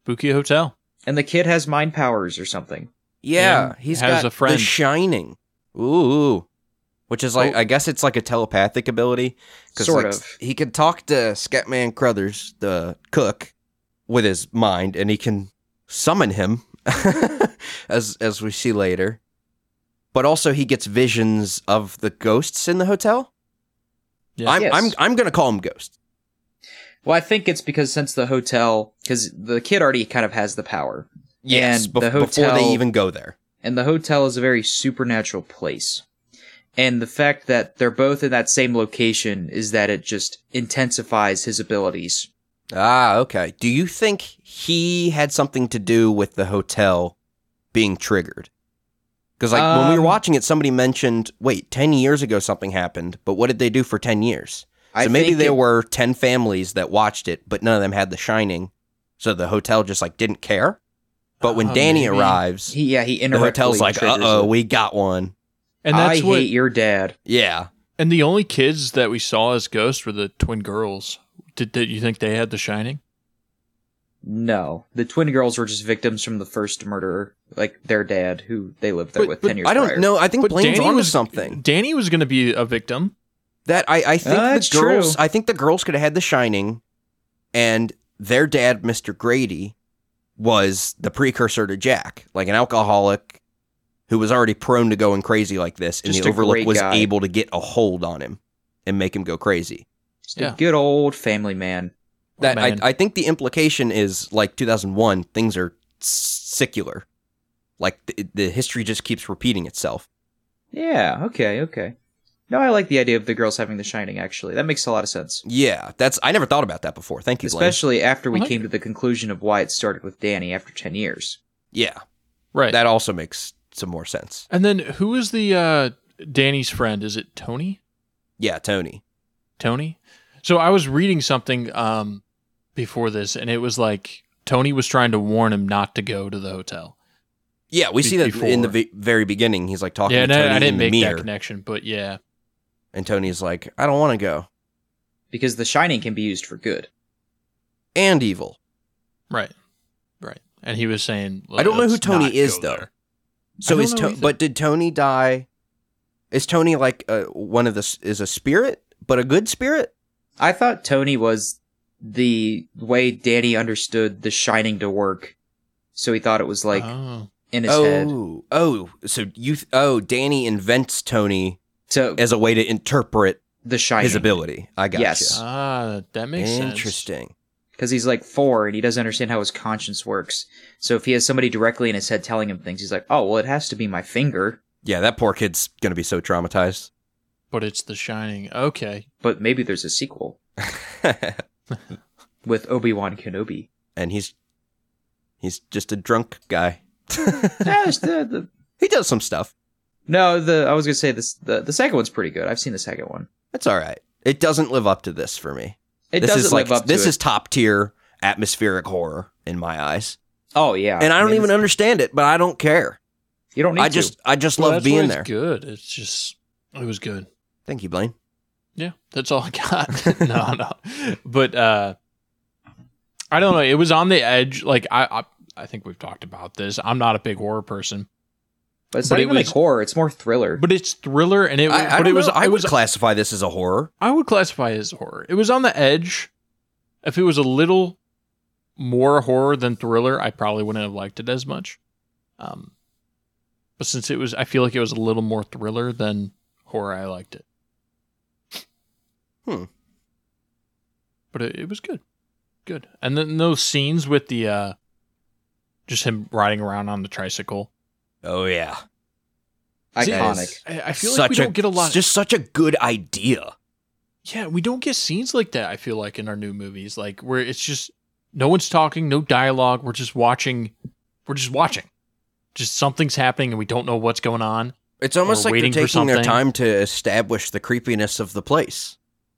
B: Spooky Hotel.
A: And the kid has mind powers or something.
C: Yeah,
B: and
C: he's
B: has
C: got
B: a friend.
C: The Shining. Ooh, which is like
B: Oh.
C: I guess it's like a telepathic ability. 'cause,
A: Sort
C: like,
A: of.
C: He can talk to Scatman Crothers, the cook, with his mind, and he can summon him, as as we see later. But also, he gets visions of the ghosts in the hotel.
B: Yeah.
C: I'm
A: Yes.
C: I'm I'm gonna call him ghost.
A: Well, I think it's because since the hotel, because the kid already kind of has the power,
C: Yes,
A: And
C: bef-
A: the
C: before
A: hotel-
C: they even go there.
A: and the hotel is a very supernatural place. And the fact that they're both in that same location is that it just intensifies his abilities.
C: Ah, okay. Do you think he had something to do with the hotel being triggered? Because like when we were
A: Um,
C: watching it, somebody mentioned, wait, ten years ago something happened, but what did they do for ten years? So
A: I
C: maybe
A: think
C: there
A: it-
C: were ten families that watched it, but none of them had The Shining, so the hotel just like didn't care. But when
B: Oh,
C: Danny
B: maybe.
C: arrives,
A: He, yeah, he
C: the hotel's like, uh
A: indirectly triggers
C: oh,
A: it.
C: we got one.
B: and that's
A: I
B: what.
A: hate your dad.
C: Yeah,
B: and the only kids that we saw as ghosts were the twin girls. Did, did you think they had The Shining?
A: No, the twin girls were just victims from the first murderer, like their dad, who they lived there
B: But-
A: with
B: but
A: ten years.
C: I don't
A: prior.
C: know. I think Blaine's
B: Danny
C: onto
B: was
C: something.
B: Danny was going to be a victim.
C: That I, I think
A: Uh,
C: the
A: it's true.
C: girls I think the girls could have had The Shining, and their dad, Mr. Grady, was the precursor to Jack, like an alcoholic who was already prone to going crazy like this, and
A: Just
C: the
A: a
C: Overlook
A: great
C: was
A: guy.
C: able to get a hold on him and make him go crazy.
A: Just
B: Yeah.
A: a good old family Oh, man.
C: That I,
B: Man.
C: I think the implication is like 2001, things are secular, like the, the history just keeps repeating itself.
A: Yeah. Okay. Okay. No, I like the idea of the girls having the shining. Actually, that makes a lot of sense,
C: Yeah, that's I never thought about that before. Thank you, Blaine.
A: especially after we
B: Well,
A: came to the conclusion of why it started with Danny after ten years.
C: Yeah,
B: Right.
C: that also makes some more sense.
B: and then who is the uh, Danny's friend? Is it Tony?
C: Yeah, Tony.
B: Tony. So I was reading something um, before this, and it was like Tony was trying to warn him not to go to the hotel.
C: Yeah, we
B: be-
C: see that in the
B: before.
C: ve- very beginning. He's like talking
B: yeah,
C: to
B: and I-
C: Tony
B: I,
C: in
B: didn't
C: the
B: make that
C: mirror,
B: connection, but yeah,
C: and Tony's like, "I don't want to go,"
A: Because the shining can be used for good.
C: and evil.
B: right, right. And he was saying,
C: I don't know who
B: "Let's
C: Tony
B: not
C: is,
B: go
C: though.
B: there."
C: So
B: don't
C: is
B: know
C: to-
B: either.
C: but did Tony die? Is Tony like uh, one of the s- is a spirit, but a good spirit?
A: I thought Tony was the way Danny understood the shining to work, so he thought it was like
B: oh,
A: in his
C: Oh,
A: head.
C: oh, so you? Th- oh, Danny invents Tony
A: So
C: as a way to interpret
A: the shining.
C: his ability. I got
A: Yes.
C: you.
B: ah, that makes sense.
C: Interesting.
A: because he's like four and he doesn't understand how his conscience works. So if he has somebody directly in his head telling him things, he's like, "Oh, well, it has to be my finger,
C: Yeah, that poor kid's gonna be so traumatized.
B: But it's The Shining. Okay,
A: but maybe there's a sequel with Obi Wan Kenobi."
C: and he's he's just a drunk guy.
A: Yeah, it's the- the-
C: He does some stuff.
A: no, the I was gonna say this. The, the second one's pretty good. I've seen the second one.
C: It's all right. It doesn't live up to this for me.
A: It
C: this
A: doesn't
C: is like
A: live up.
C: this
A: to
C: is top tier atmospheric horror in my eyes,
A: it. oh yeah,
B: Uh,
C: and I don't
A: mean,
C: even
A: it's-
C: understand it, but I don't care.
A: You don't need
C: I
A: to.
C: just I just
B: Oh, Well,
C: love
B: that's why
C: being
B: it's
C: there.
B: Good. It's just it was good.
C: Thank you, Blaine.
B: Yeah, that's all I got. no, no, but uh, I don't know. It was on the edge. Like I, I, I think we've talked about this. I'm not a big horror person,
A: But it's
B: but
A: not
B: it
A: even
B: was-
A: like horror. It's more thriller.
B: but it's thriller, and it.
C: I, I
B: but
C: don't
B: it was.
C: know. I
B: it
C: would
B: was.
C: classify this as a horror.
B: I would classify it as horror. It was on the edge. If it was a little more horror than thriller, I probably wouldn't have liked it as much. Um, but since it was, I feel like it was a little more thriller than horror. I liked it.
C: Hmm.
B: But it, it was good, good. And then those scenes with the uh, Just him riding around on the tricycle.
C: Oh yeah,
B: See,
A: Iconic.
B: I, I feel
C: such
B: like we
C: a,
B: don't get a lot.
C: Just such a good idea.
B: yeah, we don't get scenes like that. I feel like in our new movies, like where it's just no one's talking, no dialogue. We're just watching. We're just watching. Just something's happening, and we don't know what's going on.
C: It's almost
B: Or
C: like they're
B: waiting for
C: taking their
B: something.
C: time to establish the creepiness of the place,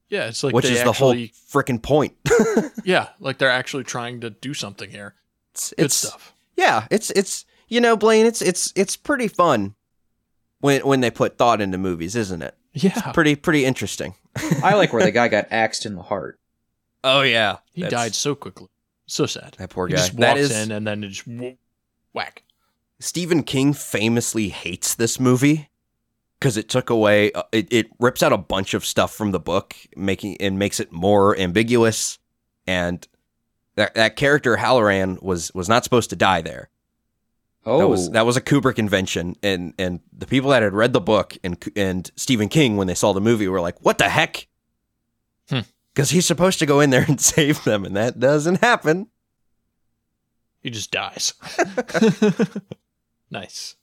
B: Yeah, it's like
C: which
B: they
C: is the whole
B: actually,
C: freaking point.
B: Yeah, like they're actually trying to do something here.
C: it's,
B: Good
C: it's
B: stuff.
C: yeah, it's it's you know, Blaine, it's it's it's pretty fun when when they put thought into movies, isn't it?
B: Yeah,
C: Pretty pretty interesting.
A: I like where the guy got axed in the heart.
C: Oh yeah,
B: he
C: That's-
B: died so quickly. So sad.
C: That poor
B: He
C: guy.
B: just
C: that
B: walks
C: is
B: in and then it just wh- whack.
C: Stephen King famously hates this movie because it took away uh, it, it rips out a bunch of stuff from the book making and makes it more ambiguous and that, that character Halloran was was not supposed to die there.
A: Oh,
C: That was that was a Kubrick invention and and the people that had read the book and K- and Stephen King when they saw the movie were like, "What the heck?"
B: Hmm.
C: Cuz he's supposed to go in there and save them and that doesn't happen.
B: He just dies. nice.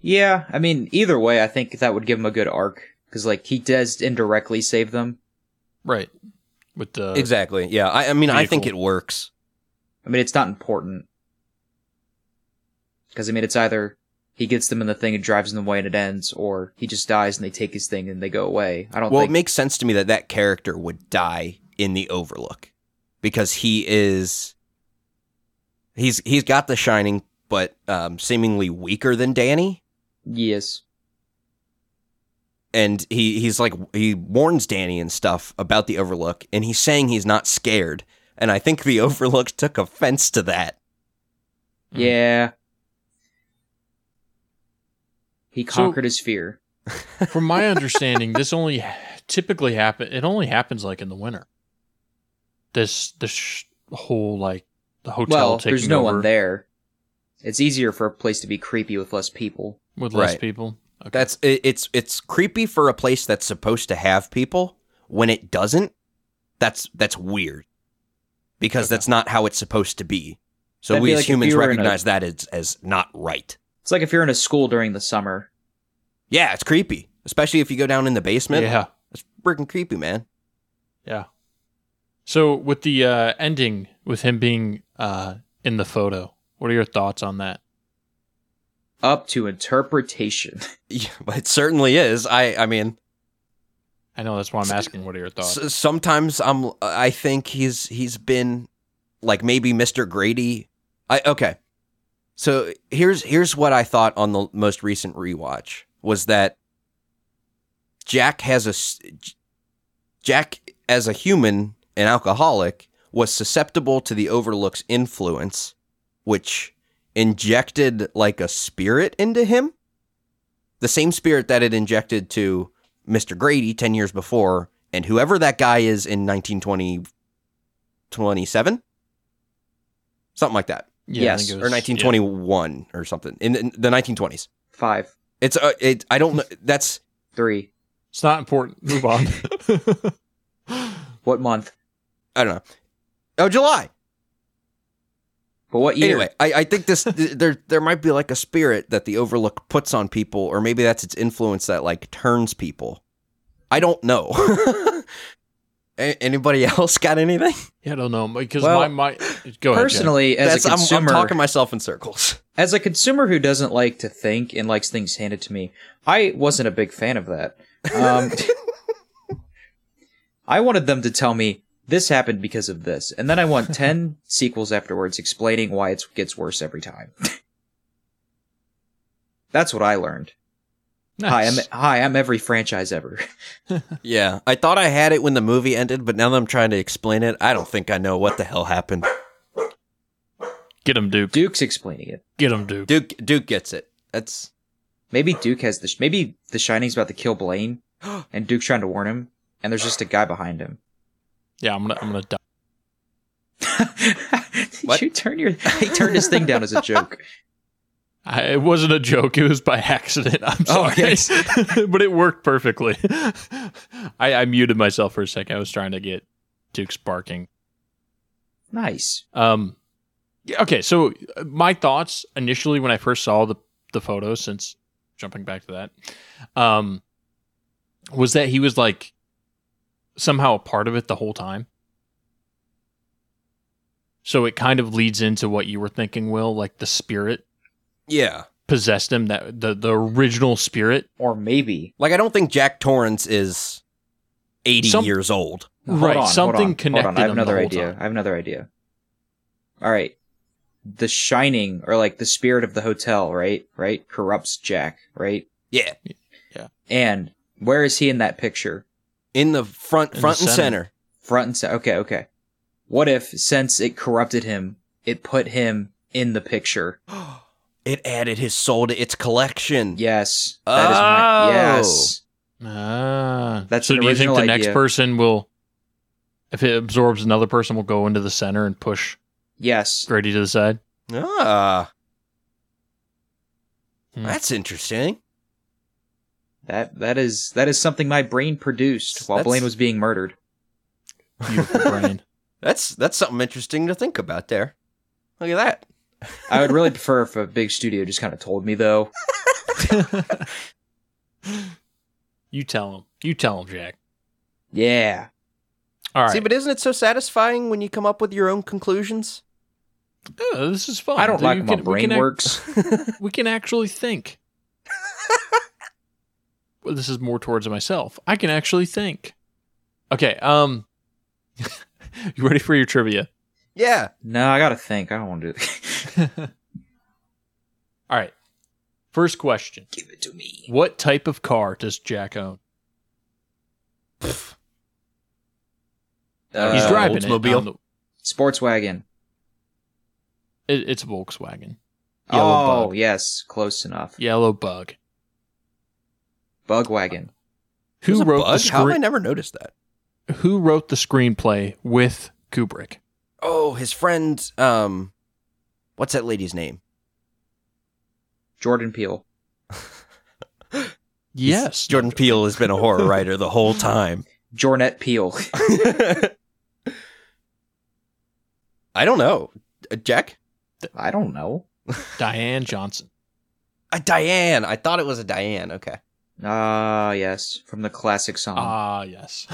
A: yeah. I mean, either way, I think that would give him a good arc because, like, he does indirectly save them.
B: Right. With the
C: exactly. Yeah. I, I mean, I think it
B: Uh, vehicle.
C: works.
A: I mean, it's not important because I mean, it's either he gets them in the thing and drives them away and it ends, or he just dies and they take his thing and they go away. I don't
C: Well,
A: think.
C: it makes sense to me that that character would die in the Overlook because he is he's he's got the Shining, but um, seemingly weaker than Danny,
A: yes.
C: and he he's like he warns Danny and stuff about the Overlook, and he's saying he's not scared, and I think the Overlook took offense to that. Hmm.
B: Mm.
A: Yeah. He
B: So-
A: conquered his fear.
B: From my understanding, this only typically happen. It only happens like in the winter. This this sh- whole like the hotel
A: Well,
B: taking
A: there's no
B: over
A: one there. It's easier for a place to be creepy with less people.
B: with less
C: Right.
B: people. Okay.
C: That's it, it's it's creepy for a place that's supposed to have people when it doesn't. That's that's weird because
B: Okay.
C: that's not how it's supposed to be. So
A: That'd
C: we
A: be
C: as
A: like if
C: humans
A: you were in
C: recognize that as as not right.
A: It's like if you're in a school during the summer.
C: Yeah, it's creepy, especially if you go down in the basement.
B: yeah.
C: It's freaking creepy, man.
B: Yeah. So with the uh, ending with him being uh, in the photo, what are your thoughts on that?
A: Up to interpretation.
C: Yeah, but it certainly is. I I mean,
B: I know that's why I'm asking. What are your thoughts?
C: S- sometimes I'm. I think he's he's been like maybe Mr. Grady. I okay. So here's here's what I thought on the most recent rewatch was that Jack has a s- J- Jack as a human an alcoholic was susceptible to the Overlook's influence, which injected like a spirit into him, the same spirit that it injected to Mr. Grady 10 years before and whoever that guy is in 1920 27 something like that
B: I think
A: yes,
B: it
A: or
B: yeah.
C: or 1921 or something in the, in the 1920s
A: Five,
C: it's uh, it I don't know that's
A: three.
B: It's not important. Move on.
A: What month?
C: I don't know oh July
A: But what year?
C: Anyway, I, I think this th- there there might be like a spirit that the Overlook puts on people, or maybe that's its influence that like turns people. I don't know. A- anybody else got anything?
B: yeah, I don't know because
A: Well,
B: my my go ahead. Personally,
A: Personally, as
C: that's
A: a
C: I'm-
A: consumer,
C: I'm talking myself in circles.
A: as a consumer who doesn't like to think and likes things handed to me, I wasn't a big fan of that. Um, I wanted them to tell me this happened because of this, and then I want ten sequels afterwards explaining why it gets worse every time. That's what I learned. Hi, I'm hi, I'm every franchise ever.
C: Yeah, I thought I had it when the movie ended, but now that I'm trying to explain it, I don't think I know what the hell happened.
B: get him, Duke.
A: Duke's explaining it.
B: Get him, Duke.
C: Duke Duke gets it. That's
A: Maybe Duke has the sh- maybe The Shining's about to kill Blaine, and Duke's trying to warn him, and there's just a guy behind him.
B: Yeah, I'm gonna I'm gonna die.
A: Did
C: What?
A: you turn your? He turned his thing down as a joke.
B: I, it wasn't a joke. It was by accident. I'm
A: Oh,
B: sorry,
A: yes.
B: but it worked perfectly. I, I muted myself for a second. I was trying to get Duke's barking.
A: Nice.
B: Um, Yeah, okay, so uh, my thoughts initially when I first saw the the photo, since jumping back to that, um, was that he was like somehow a part of it the whole time. So it kind of leads into what you were thinking, Will, like the spirit
C: Yeah.
B: possessed him, that the the original spirit.
A: Or maybe
C: Like I don't think Jack Torrance is 80
B: Some-
C: years old.
A: Hold
B: right,
A: on, hold
B: something
A: on, hold
B: connected
A: on. I have
B: him the
A: another
B: whole
A: idea.
B: time.
A: I have another idea. All right, the Shining or like the spirit of the hotel, right? Right, corrupts Jack, right?
C: Yeah.
A: And where is he in that picture?
C: In the front
B: In the
C: front and
B: center.
C: center.
A: Front and center. Okay, okay. What if since it corrupted him, it put him in the picture?
C: it added his soul to its collection.
A: Yes, that is my
C: Oh.
A: yes.
B: Ah,
A: That's
B: so.
A: an
B: Do you think the
A: original
B: next
A: idea.
B: person will, if it absorbs another person, will go into the center and push
A: Yes.
B: Grady to the side?
C: Ah.
B: Hmm.
C: That's interesting.
A: That that is that is something my brain produced while
C: That's-
A: Blaine was being murdered.
B: Beautiful brain.
C: That's that's something interesting to think about there. Look at that.
A: I would really prefer if a big studio just kind of told me though.
B: you tell him. You tell him, Jack.
A: Yeah.
B: All right.
C: See, but isn't it so satisfying when you come up with your own conclusions?
B: Yeah, this is fun.
A: I don't
B: Oh,
A: like
B: You
A: how my
B: can- we can
A: brain
B: act-
A: works.
B: we can actually think. well, this is more towards myself. I can actually think. Okay. Um, you ready for your trivia?
C: Yeah.
A: No, I gotta think. I don't want to do that.
B: All right. First question:
A: Give it to me.
B: What type of car does Jack own?
A: Uh,
B: He's driving it.
C: Oldsmobile.
B: on the-
A: Sports wagon.
B: it- it's a Volkswagen. Yellow
A: Oh
B: bug.
A: yes, close enough.
B: Yellow bug.
A: Bug wagon.
B: Who
C: There's a
B: wrote the
C: bug? How have I
B: screen?
C: never noticed that?
B: Who wrote the screenplay with Kubrick?
C: Oh, his friend. Um, what's that lady's name?
A: Jordan Peele.
B: Yes,
C: Jordan Peele has been a horror writer the whole time.
A: Jornette Peele.
C: I don't know. Uh, Jack?
A: I don't know.
B: Diane Johnson.
C: A Uh, Diane. I thought it was a Diane. Okay.
A: Ah, yes, from the classic
C: Um.
A: song.
B: Ah, yes.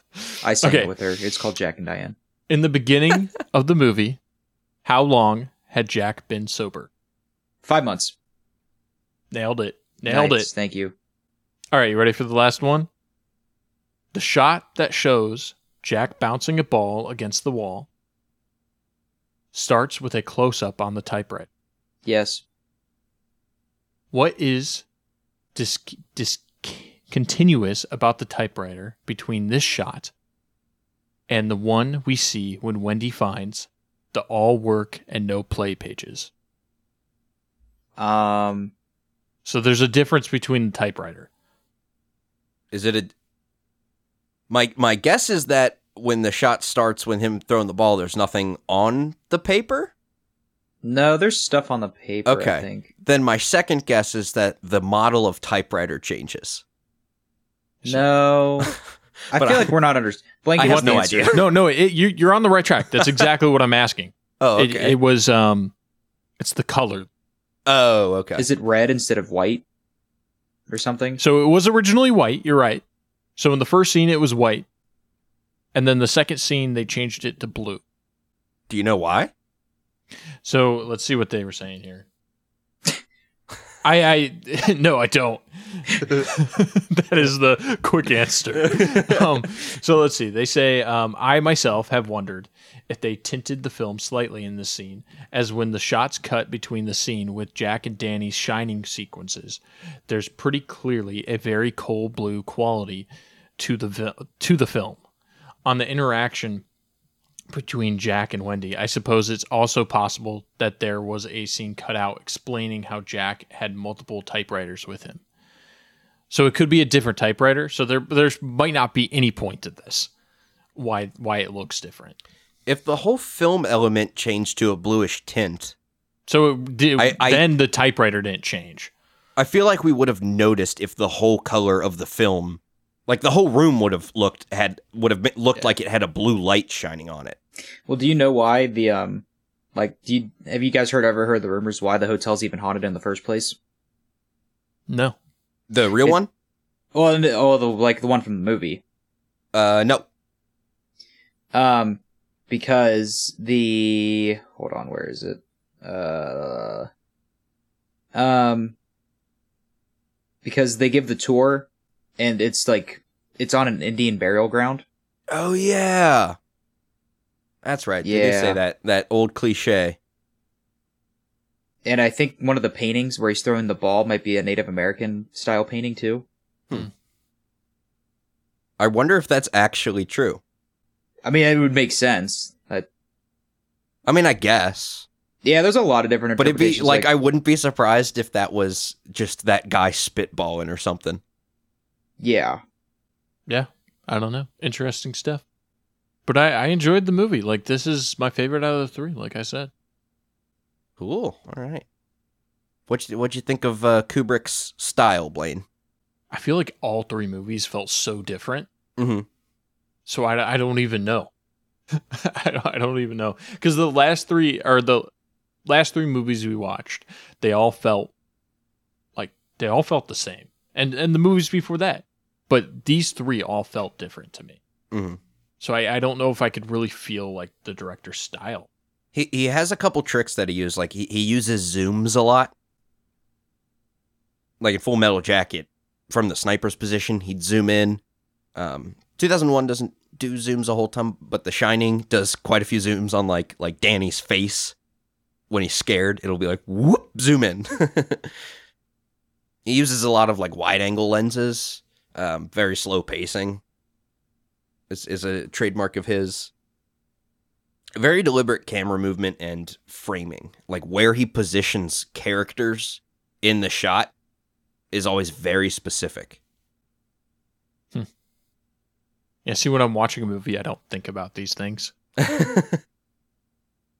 A: I sang
B: okay.
A: it with her. It's called Jack and Diane.
B: In the beginning of the movie, how long had Jack been sober?
A: Five months.
B: Nailed it. Nailed
A: Nice,
B: it.
A: Thank you.
B: All right, you ready for the last one? The shot that shows Jack bouncing a ball against the wall starts with a close up on the typewriter.
A: Yes.
B: What is dis- dis- continuous about the typewriter between this shot and the one we see when Wendy finds the all work and no play pages?
A: Um.
B: So there's a difference between the typewriter.
C: Is it a. My, my guess is that when the shot starts, when him throwing the ball, there's nothing on the paper.
A: No, there's stuff on the paper. I
C: Okay.
A: think.
C: Then my second guess is that the model of typewriter changes.
B: So-
A: No. I
C: But
A: feel
C: I-
A: like we're not under. Blank
C: I
A: has
C: have
A: the
C: no
A: answer.
C: idea.
B: no, no, it, you, you're on the right track. That's exactly what I'm asking.
C: Oh,
B: It,
C: okay.
B: it was um, it's the color.
C: oh, okay.
A: Is it red instead of white, or something?
B: So it was originally white. You're right. So in the first scene, it was white, and then the second scene they changed it to blue.
C: Do you know why?
B: So let's see what they were saying here. I, I no, I don't. that is the quick answer. Um, so let's see. They say um, I myself have wondered if they tinted the film slightly in this scene, as when the shots cut between the scene with Jack and Danny's shining sequences, there's pretty clearly a very cold blue quality to the vil- to the film. On the interaction between Jack and Wendy. I suppose it's also possible that there was a scene cut out explaining how Jack had multiple typewriters with him. So it could be a different typewriter. So there there's might not be any point to this. Why why it looks different.
C: If the whole film element changed to a bluish tint,
B: So it did,
C: I- I-
B: then the typewriter didn't change.
C: I feel like we would have noticed if the whole color of the film, like the whole room would have looked had would have been, looked like it had a blue light shining on it.
A: Well, do you know why the um Like, do you, have you guys heard ever heard the rumors why the hotel's even haunted in the first place?
B: No.
C: The real
A: It-
C: one?
A: Well, and- oh, the like the one from the movie.
C: Uh, no.
A: Um, because the hold on, where is it? Uh, um, because they give the tour, and it's like it's on an Indian burial ground.
C: Oh yeah. That's right. They did
A: Yeah.
C: say that that old cliche.
A: And I think one of the paintings where he's throwing the ball might be a Native American style painting too.
C: I wonder if that's actually true.
A: I mean, it would make sense. Uh,
C: I mean, I guess,
A: yeah, there's a lot of different.
C: but it'd be
A: interpretations,
C: like, I wouldn't be surprised if that was just that guy spitballing or something.
A: yeah,
B: I don't know. Interesting stuff. But I, I enjoyed the movie. Like this is my favorite out of the three, like I said.
C: Cool. All right. What you, what'd you think of uh, Kubrick's style, Blaine?
B: I feel like all three movies felt so different.
C: Mhm.
B: So I, I don't even know. I, don't, I don't even know because the last three or the last three movies we watched, they all felt like they all felt the same, and and the movies before that, but these three all felt different to me.
C: Mhm.
B: So I, I don't know if I could really feel like the director's style.
C: He he has a couple tricks that he used. Like he, he uses zooms a lot. Like in Full Metal Jacket, from the sniper's position, he'd zoom in. Um, 2001 doesn't do zooms a whole ton, but The Shining does quite a few zooms on like like Danny's face when he's scared. It'll be like whoop, zoom in. he uses a lot of like wide angle lenses. Um, very slow pacing. Is is a trademark of his very deliberate camera movement and framing like where he positions characters in the shot is always very specific
B: Yeah, see, when I'm watching a movie, I don't think about these things.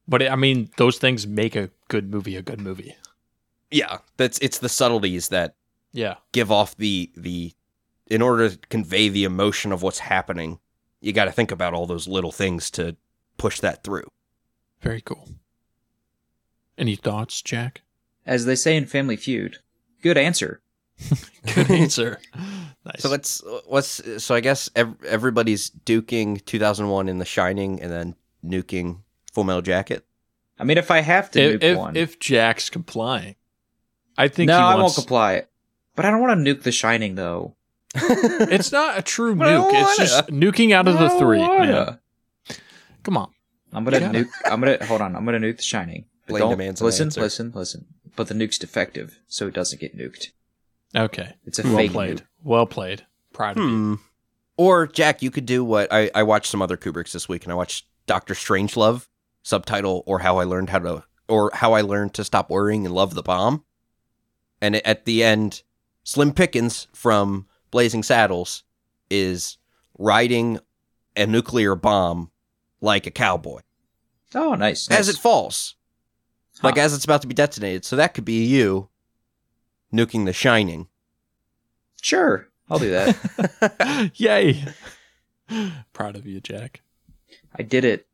B: But I mean, those things make a good movie a good movie.
C: yeah that's it's the subtleties that
B: Yeah.
C: give off the the in order to convey the emotion of what's happening you got to think about all those little things to push that through
B: Very cool. Any thoughts, Jack?
A: as they say in Family Feud. Good answer.
B: Good answer. nice.
C: so let's let's so i guess ev- everybody's duking 2001 in the shining and then nuking full metal jacket
A: I mean, if I have to
B: if,
A: nuke
B: if,
A: one,
B: if Jack's complying, I think
A: no,
B: he
A: I won't
B: wants-
A: comply. But I don't want to nuke The Shining though.
B: It's not a true
C: But I
B: nuke.
C: don't
B: It's
C: wanna.
B: just nuking out of the
A: I
B: three.
A: wanna.
B: man. Come on.
A: I'm gonna
B: Yeah.
A: nuke. I'm gonna hold on. I'm gonna nuke the Shining. But
C: Blaine
A: don't
C: demands an
A: listen,
C: answer.
A: listen, listen. But the nuke's defective, so it doesn't get nuked.
B: Okay.
A: It's a
B: Well
A: fake
B: played.
A: nuke.
B: Well played. Proud of you.
C: Hmm. Or Jack, you could do what I, I watched some other Kubricks this week, and I watched Doctor Strangelove subtitle or how I learned how to or how I learned to stop worrying and love the bomb. And at the end, Slim Pickens from Blazing Saddles is riding a nuclear bomb like a cowboy
A: Oh, nice.
C: as it
A: nice.
C: falls, like
A: Huh.
C: as it's about to be detonated. So that could be you nuking The Shining.
A: sure, I'll do that.
B: Yay. Proud of you, Jack.
A: I did it.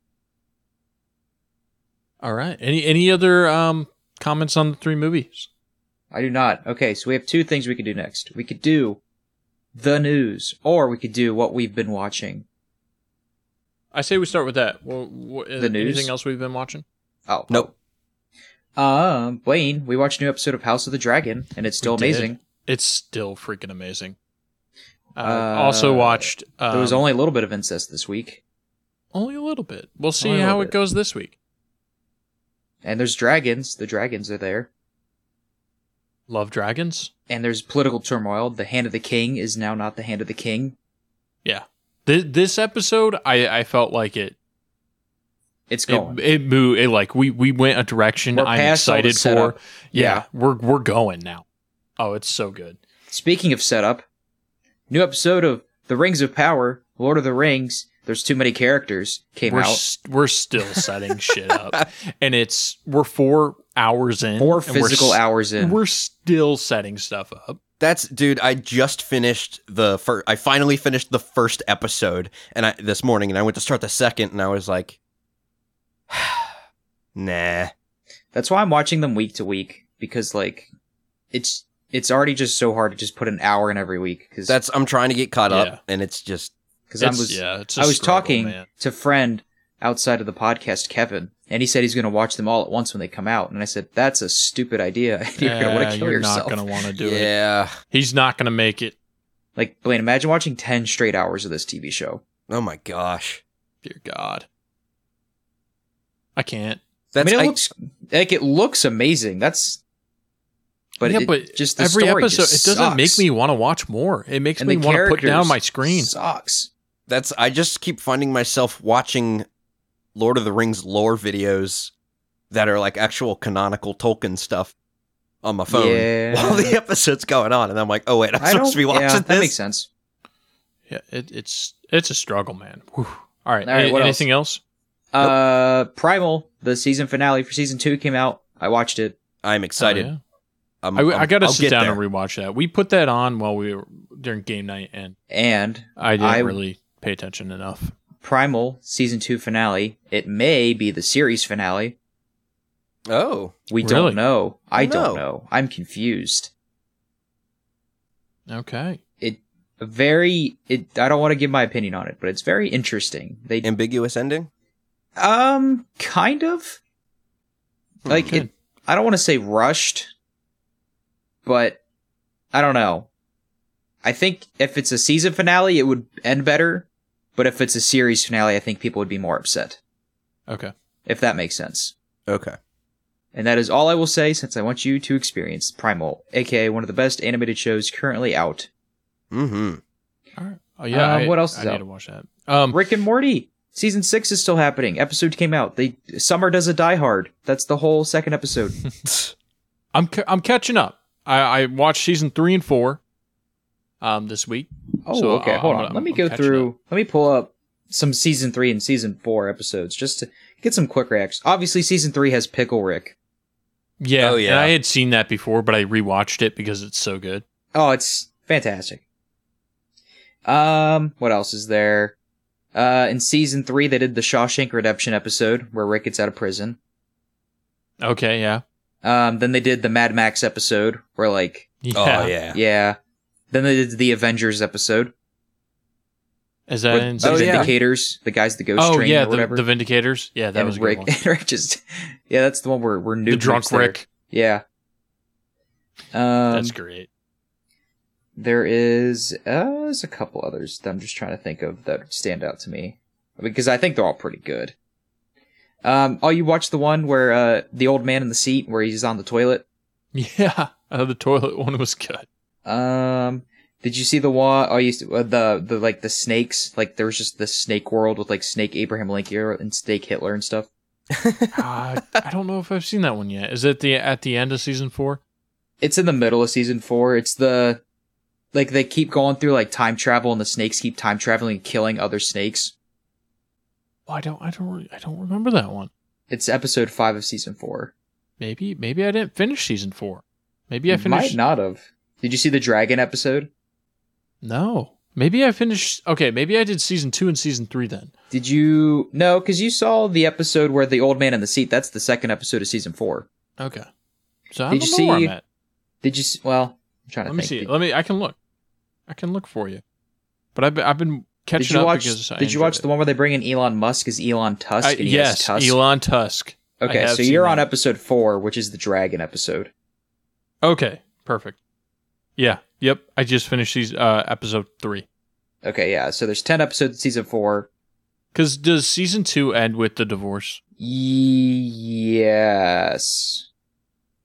B: All right. Any any other um comments on the three movies?
A: I do not. Okay, so we have two things we could do next. We could do the news, or we could do what we've been watching.
B: I say we start with that. Well, wha-
A: The news?
B: Anything else we've been watching?
A: Oh
C: Nope.
A: Um, Blaine, we watched a new episode of House of the Dragon, and it's still
B: We did.
A: amazing.
B: It's still freaking amazing. Uh,
A: Uh,
B: also watched. Um,
A: There was only a little bit of incest this week,
B: only a little bit. We'll see
A: Only a
B: how
A: little
B: it
A: bit.
B: goes this week.
A: and there's dragons. The dragons are there.
B: Love Dragons.
A: and there's political turmoil. The hand of the king is now not the hand of the king.
B: Yeah. Th- this episode, I, I felt like it.
A: It's going.
B: It, it moved. It like we we went a direction
A: We're
B: I'm
A: past all the
B: excited for.
A: setup.
B: Yeah,
A: Yeah.
B: we're we're going now. Oh, it's so good.
A: Speaking of setup, new episode of The Rings of Power, Lord of the Rings. There's too many characters came
B: We're
A: out.
B: s- we're still setting shit up, and it's we're four hours in.
A: Four
B: and we're
A: physical
B: s-
A: hours in.
B: We're still setting stuff up.
C: That's dude. I just finished the first. I finally finished the first episode, and I this morning, and I went to start the second, and I was like, Nah.
A: That's why I'm watching them week to week because like it's it's already just so hard to just put an hour in every week because
C: That's I'm trying to get caught
B: Yeah.
C: up and it's just
A: because I
B: It's-
A: was
B: yeah, it's a
A: I was
B: struggle,
A: talking
B: man.
A: to friend outside of the podcast Kevin and he said he's going to watch them all at once when they come out and I said that's a stupid idea you're going to want
B: Yeah,
A: to kill
B: Eh, you're
A: yourself
B: not going to want to do it.
C: Yeah.
B: He's not going to make it.
A: like Blaine imagine watching ten straight hours of this TV show
C: Oh my gosh.
B: Dear God, I can't.
A: I
C: That's
A: mean it
C: I-
A: looks like it looks amazing that's but
B: yeah,
A: it-
B: but
A: just the
B: every
A: story
B: episode,
A: just
B: it doesn't make
A: sucks.
B: me want to watch more. It makes
A: and
B: me
A: the
B: want to put down
A: characters
B: my screen.
A: sucks
C: that's I just keep finding myself watching Lord of the Rings lore videos that are like actual canonical Tolkien stuff on my phone
A: Yeah.
C: while the episode's going on, and I'm like, oh wait, I'm
A: I
C: supposed
A: don't
C: to be watching
A: yeah,
C: this.
A: that makes sense
B: Yeah, it, it's it's a struggle, man. Whew. All right,
A: All right,
B: a-
A: what else?
B: anything else?
A: Uh, Primal, the season finale for season two came out. I watched it.
C: I'm excited.
B: Oh, yeah.
C: I'm,
B: I, I
C: I'm-
B: got to
C: I'll
B: sit
C: get
B: down
C: there.
B: and rewatch that. We put that on while we were during game night, and
A: And
B: I didn't
A: I-
B: really pay attention enough.
A: Primal season two finale. It may be the series finale.
C: oh,
A: We
B: Really?
A: don't know. I
C: Don't
A: don't
C: know.
A: know. I'm confused.
B: Okay,
A: It very it I don't want to give my opinion on it, but it's very interesting. They
C: ambiguous ending.
A: um kind of like
B: Okay.
A: it I don't want to say rushed, but I don't know. I think if it's a season finale it would end better, but if it's a series finale I think people would be more upset.
B: okay.
A: if that makes sense.
C: Okay.
A: And that is all I will say since I want you to experience Primal, aka one of the best animated shows currently out.
C: Mm-hmm.
B: All right. Oh, yeah.
A: Uh,
B: I-
A: what else
B: I
A: is
B: need
A: out?
B: to watch that. Um,
A: Rick and Morty season six is still happening. Episode came out. They Summer does a Die Hard. That's the whole second episode.
B: I'm ca- I'm catching up. I, I watched season three and four, um, this week.
A: Oh,
B: So,
A: okay.
B: uh,
A: Hold
B: I'm-
A: on. Let me
B: I'm
A: go
B: catching
A: through. Let me pull up some season three and season four episodes just to get some quick reacts. Obviously, season three has Pickle Rick.
B: Yeah,
C: Oh,
B: and
C: yeah.
B: I had seen that before, but I rewatched it because it's so good.
A: Oh, it's fantastic. Um, what else is there? Uh, in season three, they did the Shawshank Redemption episode where Rick gets out of prison.
B: Okay, yeah,
A: Um, then they did the Mad Max episode where like,
B: yeah.
C: Oh yeah.
A: yeah. Then they did the Avengers episode
B: Is that
A: with
B: in
A: the
C: Oh,
B: season?
C: yeah.
A: Vindicators, the guys the ghost
B: Oh
A: train
B: yeah,
A: or
B: the,
A: whatever.
B: the Vindicators. Yeah, that
A: and
B: was a
A: Rick.
B: good one.
A: and Rick just, yeah, that's the one where we're new.
B: The drunk Rick.
A: Yeah. Um,
B: That's great.
A: There is uh, there's a couple others that I'm just trying to think of that stand out to me because I think they're all pretty good. Um, oh, you watched the one where uh, the old man in the seat where he's on the toilet.
B: Yeah, uh, the toilet one was good.
A: Um, did you see the one? Oh, you uh, the the like the snakes. Like there was just the snake world with like snake Abraham Lincoln and snake Hitler and stuff.
B: Uh, I don't know if I've seen that one yet. Is it the at the end of season four?
A: It's in the middle of season four. It's the like they keep going through like time travel and the snakes keep time traveling and killing other snakes.
B: Well, Oh, I don't. I don't. re- I don't remember that one.
A: It's episode five of season four.
B: Maybe. Maybe I didn't finish season four. Maybe I
A: might
B: finished.
A: not have. Did you see the dragon episode?
B: No. Maybe I finished. Okay. Maybe I did season two and season three then.
A: Did you no? Because you saw the episode where the old man in the seat. That's the second episode of season four.
B: Okay. So I
A: Did
B: don't
A: you
B: know where
A: see-
B: I'm at.
A: Did you? s- Well, I'm trying to
B: Let me
A: think.
B: see.
A: Did,
B: Let me. I can look. I can look for you. But I've been, I've been
A: did
B: catching
A: you
B: up
A: watch?
B: because I
A: Did you
B: enjoyed
A: watch
B: it.
A: the one where they bring in Elon Musk as Elon Tusk?
B: I,
A: and he has
B: yes,
A: Tusk?
B: Elon Tusk. I
A: Okay,
B: have
A: so
B: seen
A: you're on
B: that.
A: episode four, which is the dragon episode.
B: Okay. Perfect. Yeah. Yep. I just finished season, uh, episode three.
A: Okay, yeah. So there's ten episodes in season four.
B: Because does season two end with the divorce?
A: Yes,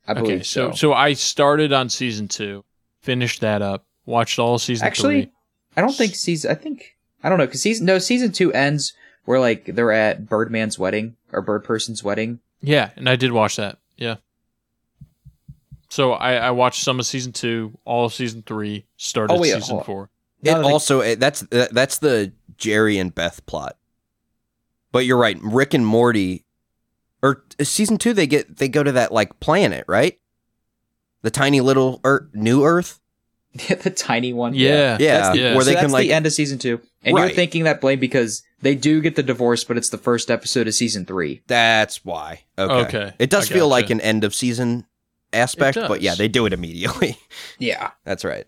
A: I believe
B: okay, so so I started on season two, finished that up, watched all season
A: Actually,
B: three.
A: I don't think season. I think I don't know because season no season two ends where like they're at Birdman's wedding or Bird Person's wedding.
B: Yeah, and I did watch that. Yeah. So I, I watched some of season two, all of season three, started
A: Oh, wait,
B: season
A: hold on.
B: four.
C: It
A: Now that I-
C: also it, that's that- that's the Jerry and Beth plot. But you're right, Rick and Morty, or uh, season two, they get they go to that like planet, right? The tiny little Earth, New Earth.
A: the tiny one.
B: Yeah.
C: Yeah,
A: That's the-
B: Yeah.
C: where
A: so
C: they
A: that's
C: can like
A: the end of season two, and you're
C: Right.
A: thinking that blame because they do get the divorce, but it's the first episode of season three.
C: That's why. Okay.
B: Okay,
C: It does
B: I
C: feel like
B: gotcha.
C: an end of season aspect,
B: It
C: but yeah,
B: does.
C: they do it immediately.
A: Yeah,
C: That's right.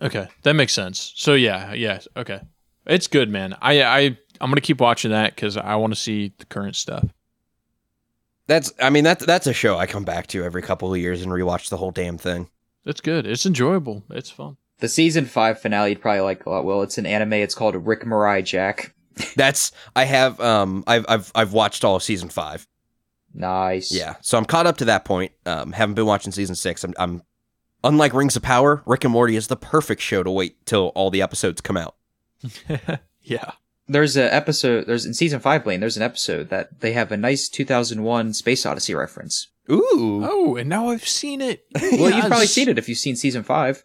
B: Okay, that makes sense. So yeah, yeah, okay, it's good, man. I I I'm gonna keep watching that because I want to see the current stuff.
C: That's I mean that's that's a show I come back to every couple of years and rewatch the whole damn thing.
B: It's good. It's enjoyable. It's fun.
A: the season five finale you'd probably like a lot. Well, it's an anime. It's called Rick Mirai Jack.
C: That's I have um I've I've I've watched all of season 5.
A: Nice.
C: Yeah. So I'm caught up to that point. Um haven't been watching season 6. I'm I'm unlike Rings of Power, Rick and Morty is the perfect show to wait till all the episodes come out.
B: yeah.
A: There's a episode. There's in season five, Blaine. There's an episode that they have a nice 2001 Space Odyssey reference.
C: Ooh.
B: Oh, and now I've seen it.
A: Well, you've probably seen it if you've seen season five.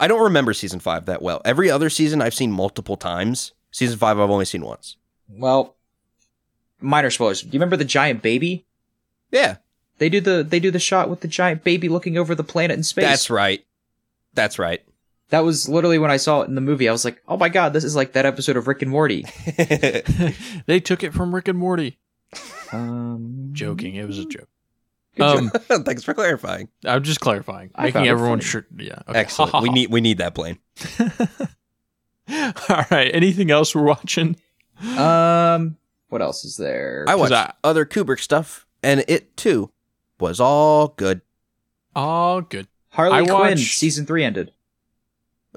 C: I don't remember season 5 that well. Every other season I've seen multiple times. Season 5 I've only seen once.
A: Well, minor spoilers. Do you remember the giant baby?
C: Yeah.
A: They do the they do the shot with the giant baby looking over the planet in space.
C: That's right. That's right.
A: That was literally when I saw it in the movie. I was like, "Oh my god, this is like that episode of Rick and Morty."
B: they took it from Rick and Morty.
A: Um,
B: Joking. It was a joke.
A: Good
B: Um,
C: Thanks for clarifying.
B: I'm just clarifying,
A: I found
B: making
A: it
B: everyone
A: funny.
B: sure. Yeah.
C: Excellent. we need we need that plane.
B: All right. Anything else we're watching?
A: Um, what else is there?
C: I watched
B: I-
C: other Kubrick stuff, and it too was all good.
B: Oh, good.
A: Harley
B: I
A: Quinn
B: watched-
A: season three ended.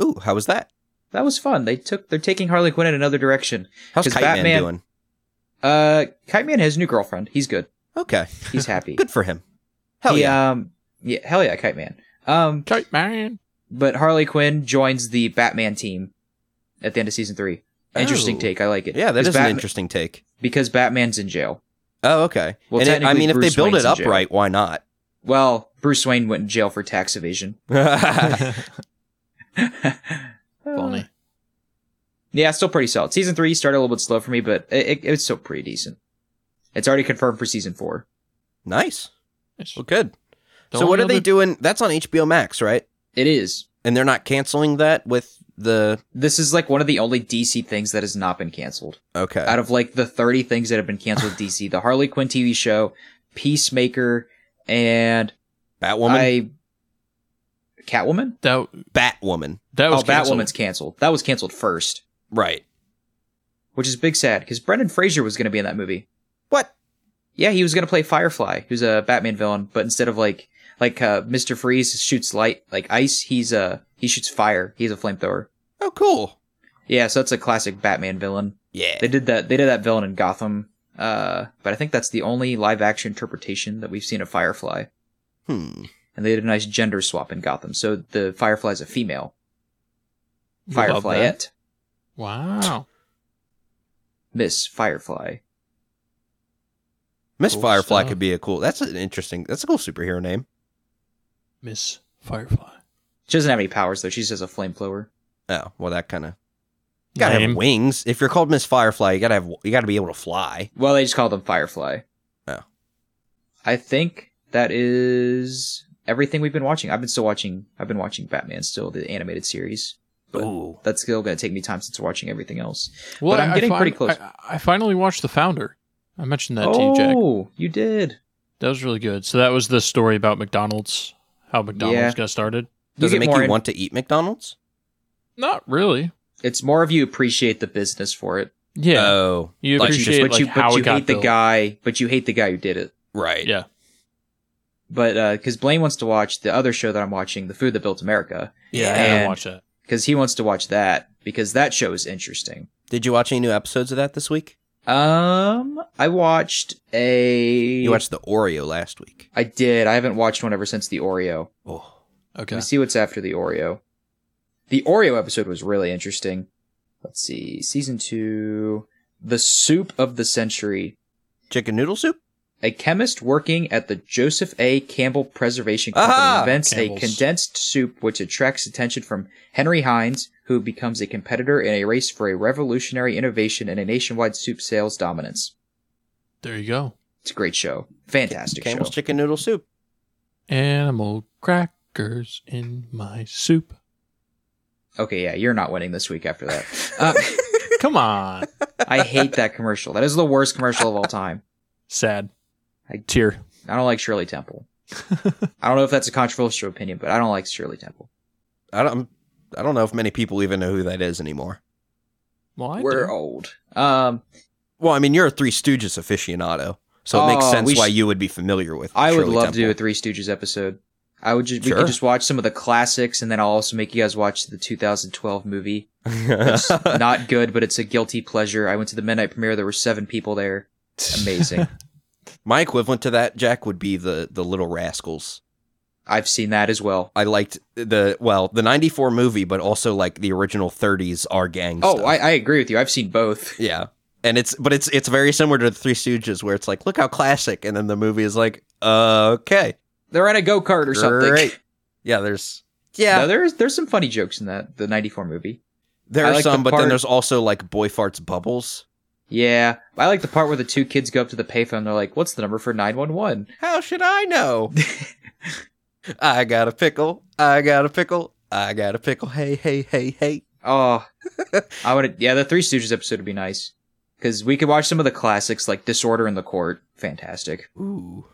C: Ooh, how was that?
A: That was fun. They took they're taking Harley Quinn in another direction.
C: How's
A: 'Cause
C: Kite Man
A: Batman-
C: doing?
A: Uh, Kite Man has a new girlfriend. He's good.
C: Okay,
A: He's happy.
C: good for him. Hell
A: He,
C: yeah!
A: Um, yeah, hell yeah, Kite Man. Um,
B: Kite man.
A: but Harley Quinn joins the Batman team at the end of season three. Interesting
C: Oh.
A: take. I like it.
C: Yeah, that is
A: 'Cause
C: an
A: Batman-
C: interesting take.
A: because Batman's in jail.
C: Oh, okay.
A: Well,
C: and it- I
A: technically,
C: mean, if
A: Bruce
C: they build
A: Wayne's
C: it
A: in
C: up
A: jail.
C: right, why not?
A: Well, Bruce Wayne went in jail for tax evasion.
B: Funny.
A: Uh, Yeah, still pretty solid. Season three started a little bit slow for me, but it, it, it's still pretty decent. It's already confirmed for season four.
C: nice.
B: Nice.
C: Well, good.
B: The
C: so, what
B: only
C: are they
B: other-
C: doing? That's on HBO Max, right?
A: It is.
C: And they're not canceling that with the.
A: This is like one of the only DC things that has not been canceled.
C: Okay.
A: Out of like the 30 things that have been canceled DC, the Harley Quinn TV show, Peacemaker, and
C: Batwoman.
A: I. Catwoman?
B: That
C: Batwoman.
B: that
A: Oh,
B: was canceled.
A: Batwoman's canceled. That was canceled first,
C: Right.
A: which is big sad because Brendan Fraser was going to be in that movie.
C: What?
A: Yeah, he was gonna play Firefly, who's a Batman villain, but instead of like like uh, Mister Freeze shoots light like ice, he's uh he shoots fire. He's a flamethrower.
C: Oh, cool.
A: Yeah, so that's a classic Batman villain.
C: Yeah.
A: They did that. They did that villain in Gotham. Uh, but I think that's the only live action interpretation that we've seen of Firefly.
C: Hmm.
A: And they did a nice gender swap in Gotham. So the Firefly's a female.
B: Love
A: Firefly
B: that.
A: it.
B: Wow.
A: Miss Firefly.
C: Miss
B: Cool
C: Firefly
B: stuff.
C: could be a cool. That's an interesting. That's a cool superhero name.
B: Miss Firefly.
A: She doesn't have any powers though. She's just a flamethrower.
C: Oh well, that kind of gotta
B: Lame.
C: have wings. If you're called Miss Firefly, you gotta have you gotta be able to fly.
A: Well, they just call them Firefly.
C: Oh.
A: I think that is everything we've been watching. I've been still watching. I've been watching Batman still, the animated series. But
C: Ooh,
A: that's still going to take me time since watching everything else.
B: Well,
A: But I'm
B: I- I
A: getting pretty close.
B: I, I finally watched The Founder. I mentioned that to you, Jack.
A: Oh, you did.
B: That was really good. So that was the story about McDonald's, how McDonald's
A: Yeah.
B: got started.
C: does
A: you get
C: it make
A: more
C: you
A: in-
C: want to eat McDonald's?
B: Not really.
A: It's more of you appreciate the business for it,
B: Yeah,
C: Oh,
B: you
C: like, just-
B: appreciate
A: but
B: Uh, like,
A: you
B: how
A: but
B: it
A: you
B: got
A: hate the
B: built.
A: guy, but you hate the guy who did it.
C: right.
B: Yeah,
A: But because Blaine wants to watch the other show that I'm watching, The Food That Built America,
B: yeah. I
A: And-
B: didn't watch that.
A: because he wants to watch that because that show is interesting.
C: Did you watch any new episodes of that this week?
A: Um, I watched a.
C: You watched the Oreo last week.
A: I did. I haven't watched one ever since the Oreo.
C: Oh,
A: Let
B: Okay.
A: me see what's after the Oreo. The Oreo episode was really interesting. Let's see. Season two, the soup of the century.
C: chicken noodle soup.
A: A chemist working at the Joseph A. Campbell Preservation Company
C: Aha!
A: invents a
B: Campbell's.
A: condensed soup which attracts attention from Henry Hines, who becomes a competitor in a race for a revolutionary innovation and a nationwide soup sales dominance.
B: There you go.
A: It's a great show. Fantastic
C: Campbell's
A: show.
C: chicken noodle soup.
B: Animal crackers in my soup.
A: Okay, yeah, you're not winning this week after that. Uh,
B: Come on.
A: I hate that commercial. That is the worst commercial of all time.
B: Sad.
A: I-
B: tear.
A: I don't like Shirley Temple. I don't know if that's a controversial opinion, but I don't like Shirley Temple.
C: I don't. I don't know if many people even know who that is anymore.
B: Well, I
A: We're
B: do.
A: old. Um,
C: Well, I mean, you're a Three Stooges aficionado, so it makes
A: Oh,
C: sense
A: we
C: why
A: sh-
C: you would be familiar with.
A: I would
C: Shirley
A: love to do a
C: Temple.
A: Three Stooges episode. I would just we
C: Sure.
A: could just watch some of the classics, and then I'll also make you guys watch the 2012 movie. It's not good, but it's a guilty pleasure. I went to the midnight premiere. There were seven people there. Amazing.
C: My equivalent to that, Jack, would be the the Little Rascals.
A: I've seen that as well.
C: I liked the well, the '94 movie, but also like the original '30s R gang.
A: Oh,
C: stuff.
A: I, I agree with you. I've seen both.
C: yeah, and it's but it's it's very similar to the Three Stooges, where it's like, look how classic, and then the movie is like, uh, okay,
A: They're in a go kart or something.
C: great. Yeah, there's
A: No,
C: yeah,
A: there's there's some funny jokes in that the '94 movie.
C: there
A: I
C: are
A: like the
C: some, but
A: part-
C: then there's also like boy farts bubbles.
A: Yeah, I like the part where the two kids go up to the payphone. and They're like, "What's the number for 911?"
C: How should I know? I got a pickle. I got a pickle. I got a pickle. Hey, hey, hey, hey.
A: Oh, I would. Yeah, the Three Stooges episode would be nice because we could watch some of the classics like Disorder in the Court, fantastic,
C: Ooh.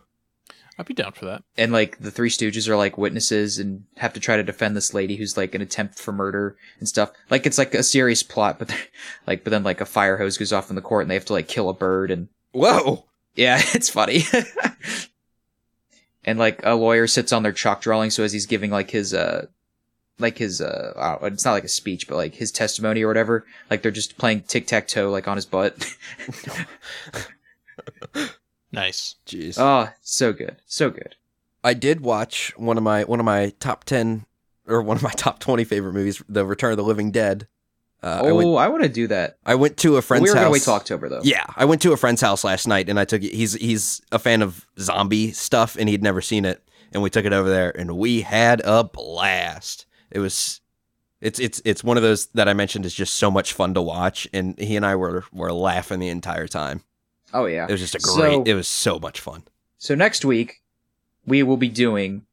B: I'd be down for that.
A: and like the Three Stooges are like witnesses and have to try to defend this lady who's like an attempt for murder and stuff. Like it's like a serious plot, but they're- like but then like a fire hose goes off in the court and they have to like kill a bird and
C: Whoa.
A: Yeah, it's funny. and like a lawyer sits on their chalk drawing, so as he's giving like his uh like his uh I don't- it's not like a speech, but like his testimony or whatever, like they're just playing tic tac toe like on his butt.
B: Nice.
C: Jeez.
A: oh, so good. So good.
C: I did watch one of my one of my top ten or one of my top twenty favorite movies, The Return of the Living Dead. Uh, I went
A: oh, I want to do that.
C: I went to a friend's
A: we were
C: house.
A: gonna wait till October though.
C: Yeah, I went to a friend's house last night, and I took it. He's he's a fan of zombie stuff, and he'd never seen it, and we took it over there, and we had a blast. It was, it's it's it's one of those that I mentioned is just so much fun to watch, and he and I were were laughing the entire time.
A: Oh yeah.
C: It was just a
A: So-
C: great. it was so much fun.
A: So next week we will be doing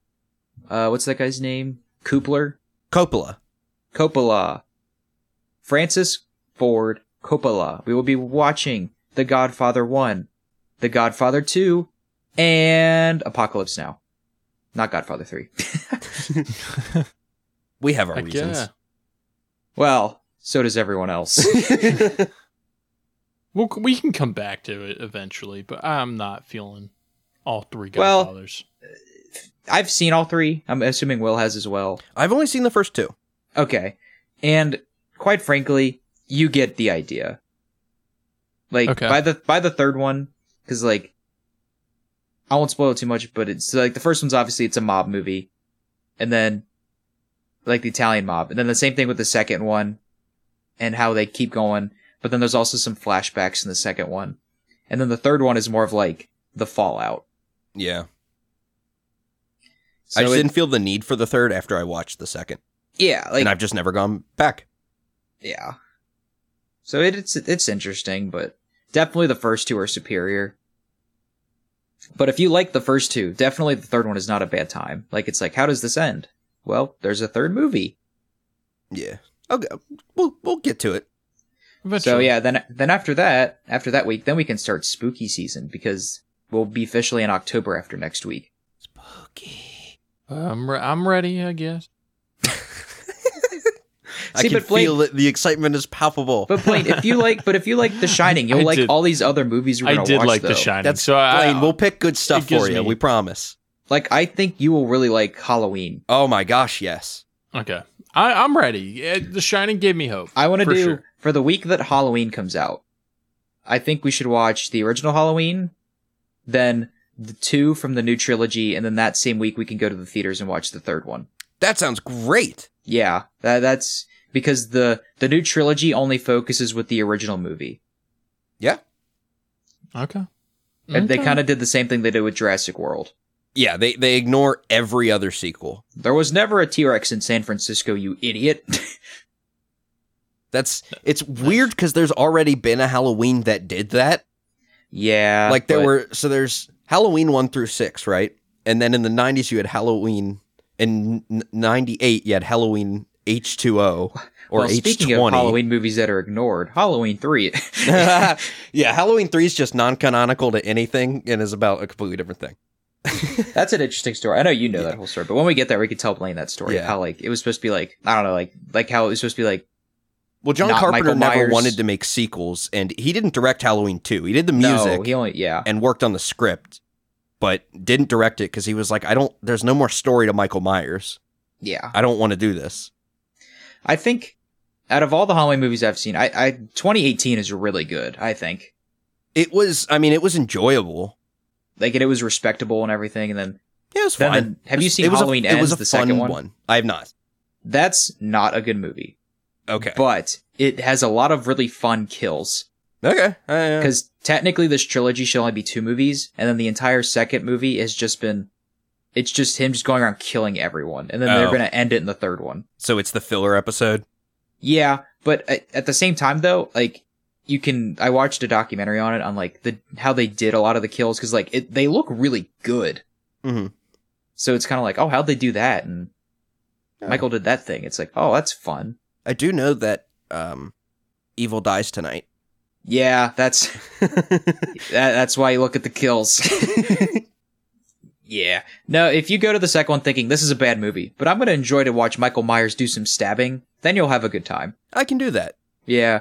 A: uh what's that guy's name? Coopler?
C: Coppola.
A: Coppola. Francis Ford Coppola. We will be watching The Godfather 1, The Godfather 2, and Apocalypse Now. Not Godfather 3.
C: We have our
B: Heck yeah.
C: reasons.
A: well, so does everyone else.
B: Well, c- we can come back to it eventually, but I'm not feeling all three
A: Well-
B: Godfathers.
A: I've seen all three. I'm assuming Will has as well.
C: I've only seen the first two.
A: Okay. And quite frankly, you get the idea. Like
B: Okay.
A: by the by the third one, because like I won't spoil it too much, but it's like the first one's obviously it's a mob movie, and then like the Italian mob, and then the same thing with the second one, and how they keep going. But then there's also some flashbacks in the second one, and then the third one is more of like the fallout.
C: Yeah,
A: So
C: I just
A: it-
C: didn't feel the need for the third after I watched the second,
A: yeah, like
C: and I've just never gone back.
A: Yeah. So it, it's it's interesting, but definitely the first two are superior. But if you like the first two, definitely the third one is not a bad time. Like it's like, how does this end? Well, there's a third movie.
C: Yeah. Okay. We'll we'll get to it.
A: So
B: Eventually.
A: yeah, then then after that, after that week, then we can start spooky season because we'll be officially in October after next week.
C: Spooky.
B: I'm, re- I'm ready, I guess.
C: I
A: See,
C: can
A: but Blake-
C: feel it. The excitement is palpable.
A: But Blaine, if you like, but if you like The Shining, you'll
B: I
A: like
B: did-
A: all these other movies we're
B: I
A: gonna
B: did
A: watch,
B: like
A: though.
B: The Shining.
C: That's
B: so I,
C: Blaine, we'll pick good stuff
B: it gives
C: for you.
B: me-
C: We promise.
A: Like I think you will really like Halloween.
C: Oh my gosh, yes.
B: okay. I, I'm ready. Yeah, the Shining gave me hope.
A: I want to
B: for
A: do
B: sure.
A: for the week that Halloween comes out. I think we should watch the original Halloween, then the two from the new trilogy, and then that same week we can go to the theaters and watch the third one.
C: That sounds great.
A: Yeah, that, that's because the the new trilogy only focuses with the original movie.
C: Yeah.
B: Okay.
A: And They kind of did the same thing they did with Jurassic World.
C: Yeah, they they ignore every other sequel.
A: There was never a T Rex in San Francisco, you idiot.
C: That's it's weird because there's already been a Halloween that did that.
A: yeah,
C: like there
A: but-
C: were so there's Halloween one through six, right? And then in the '90s you had Halloween. In '98 you had Halloween H2O or
A: well,
C: H20.
A: speaking of Halloween movies that are ignored, Halloween three.
C: yeah, Halloween 3 is just non canonical to anything and is about a completely different thing.
A: That's an interesting story. I know you know that whole story, but when we get there, we can tell Blaine that story.
C: Yeah.
A: How like it was supposed to be like I don't know, like like how it was supposed to be like
C: Well, John
A: Not
C: Carpenter
A: Michael
C: never
A: Myers.
C: wanted to make sequels, and he didn't direct Halloween 2. He did the music
A: No, he only yeah.
C: and worked on the script, but didn't direct it because he was like, I don't, there's no more story to Michael Myers.
A: Yeah.
C: I don't want to do this.
A: I think out of all the Halloween movies I've seen, I, I 2018 is really good, I think.
C: It was, I mean, it was enjoyable.
A: Like and it was respectable and everything and then,
C: Yeah, it was
A: then
C: fun.
A: the- have you seen
C: it was
A: Halloween
C: a,
A: Ends
C: it was a
A: the
C: fun
A: second one?
C: I have not.
A: That's not a good movie,
C: Okay.
A: but it has a lot of really fun kills.
C: okay. Uh, yeah.
A: Because technically, this trilogy should only be two movies, and then the entire second movie has just been. It's just him just going around killing everyone, and then they're
C: Oh.
A: going to end it in the third one.
C: so it's the filler episode.
A: Yeah, but at, at the same time, though, like, you can. I watched a documentary on it on, like, the how they did a lot of the kills, because, like, it, they look really good.
C: Mhm.
A: So it's kind of like, oh, how'd they do that? And
C: Yeah.
A: Michael did that thing. It's like, oh, that's fun.
C: I do know that um, Evil dies tonight.
A: Yeah, that's that, that's why you look at the kills. yeah. No, if you go to the second one thinking this is a bad movie, but I'm going to enjoy to watch Michael Myers do some stabbing, then you'll have a good time.
C: I can do that.
A: Yeah.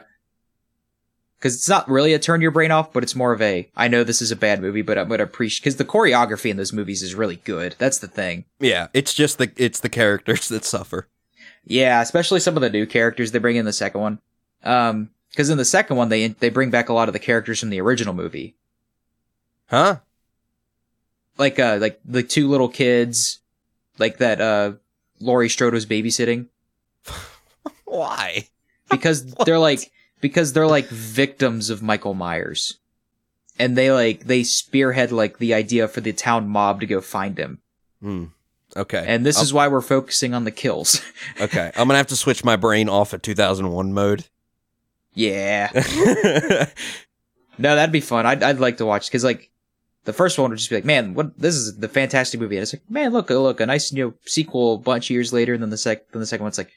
A: Because it's not really a turn your brain off, but it's more of a I know this is a bad movie, but I'm going to appreciate. Because the choreography in those movies is really good. That's the thing.
C: Yeah, it's just the it's the characters that suffer.
A: Yeah, especially some of the new characters they bring in the second one. Um, because in the second one they they bring back a lot of the characters from the original movie.
C: Huh?
A: like uh like the two little kids like that uh Laurie Strode was babysitting
C: Why?
A: because they're like because they're like victims of Michael Myers. And they like they spearhead like the idea for the town mob to go find him.
C: Hmm. Okay.
A: And this
C: I'm-
A: is why we're focusing on the kills.
C: okay. I'm gonna have to switch my brain off of 2001 mode.
A: yeah. No, that'd be fun. I'd I'd like to watch cuz like the first one would just be like, man, what this is the fantastic movie. And it's like, man, look, look, a nice you know sequel a bunch of years later. And then the sec, then the second one's like,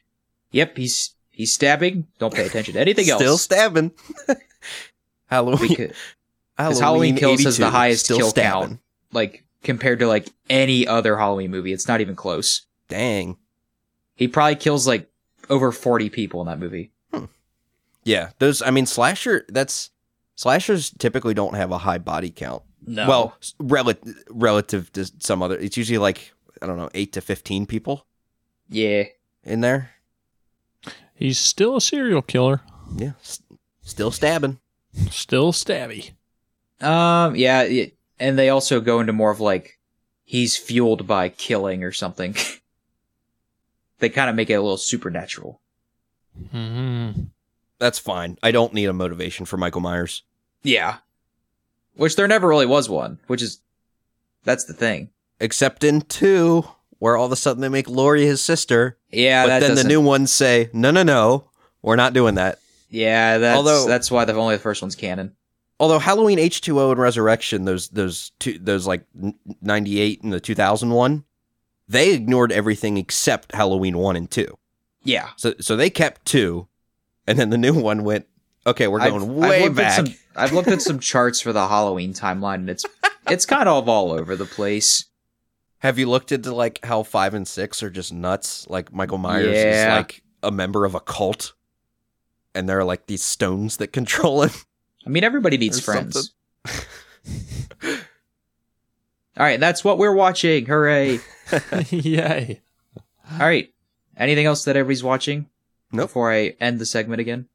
A: yep, he's he's stabbing. Don't pay attention to anything else.
C: Still stabbing. Halloween.
A: Because- Halloween Kills has the
C: 82,
A: highest
C: still
A: kill
C: stabbing.
A: count. like compared to like any other Halloween movie, it's not even close.
C: Dang.
A: He probably kills like over forty people in that movie.
C: Yeah. Those. I mean, slasher. That's slashers typically don't have a high body count.
A: No.
C: Well, s- rel- relative to some other. It's usually like I don't know, eight to 15 people
A: yeah,
C: in there.
B: He's still a serial killer,
C: Yeah. S- still stabbing.
B: still stabby.
A: um, yeah, it- and they also go into more of like he's fueled by killing or something. they kind of make it a little supernatural.
B: hmm
C: Mm-hmm. That's fine. I don't need a motivation for Michael Myers.
A: Yeah, which there never really was one. Which is that's the thing.
C: Except in two, where all of a sudden they make Lori his sister,
A: Yeah,
C: but
A: that
C: then the
A: doesn't-
C: new ones say, "No, no, no, we're not doing that."
A: yeah, that's
C: Although-
A: that's why the only the first one's canon.
C: Although Halloween H two O and Resurrection, those those two those like ninety eight and the two thousand one, they ignored everything except Halloween one and two.
A: Yeah,
C: So so they kept two, and then the new one went. Okay, we're going way
A: looked at
C: back.
A: some- I've looked at some charts for the Halloween timeline, and it's it's kind of all over the place.
C: Have you looked into like how five and six are just nuts? Like Michael Myers
A: Yeah.
C: is like a member of a cult, and there are like these stones that control him.
A: I mean, everybody needs
C: Or
A: friends.
C: something.
A: all right, that's what we're watching. Hooray!
B: Yay.
A: All right, anything else that everybody's watching?
C: Nope.
A: Before I end the segment again.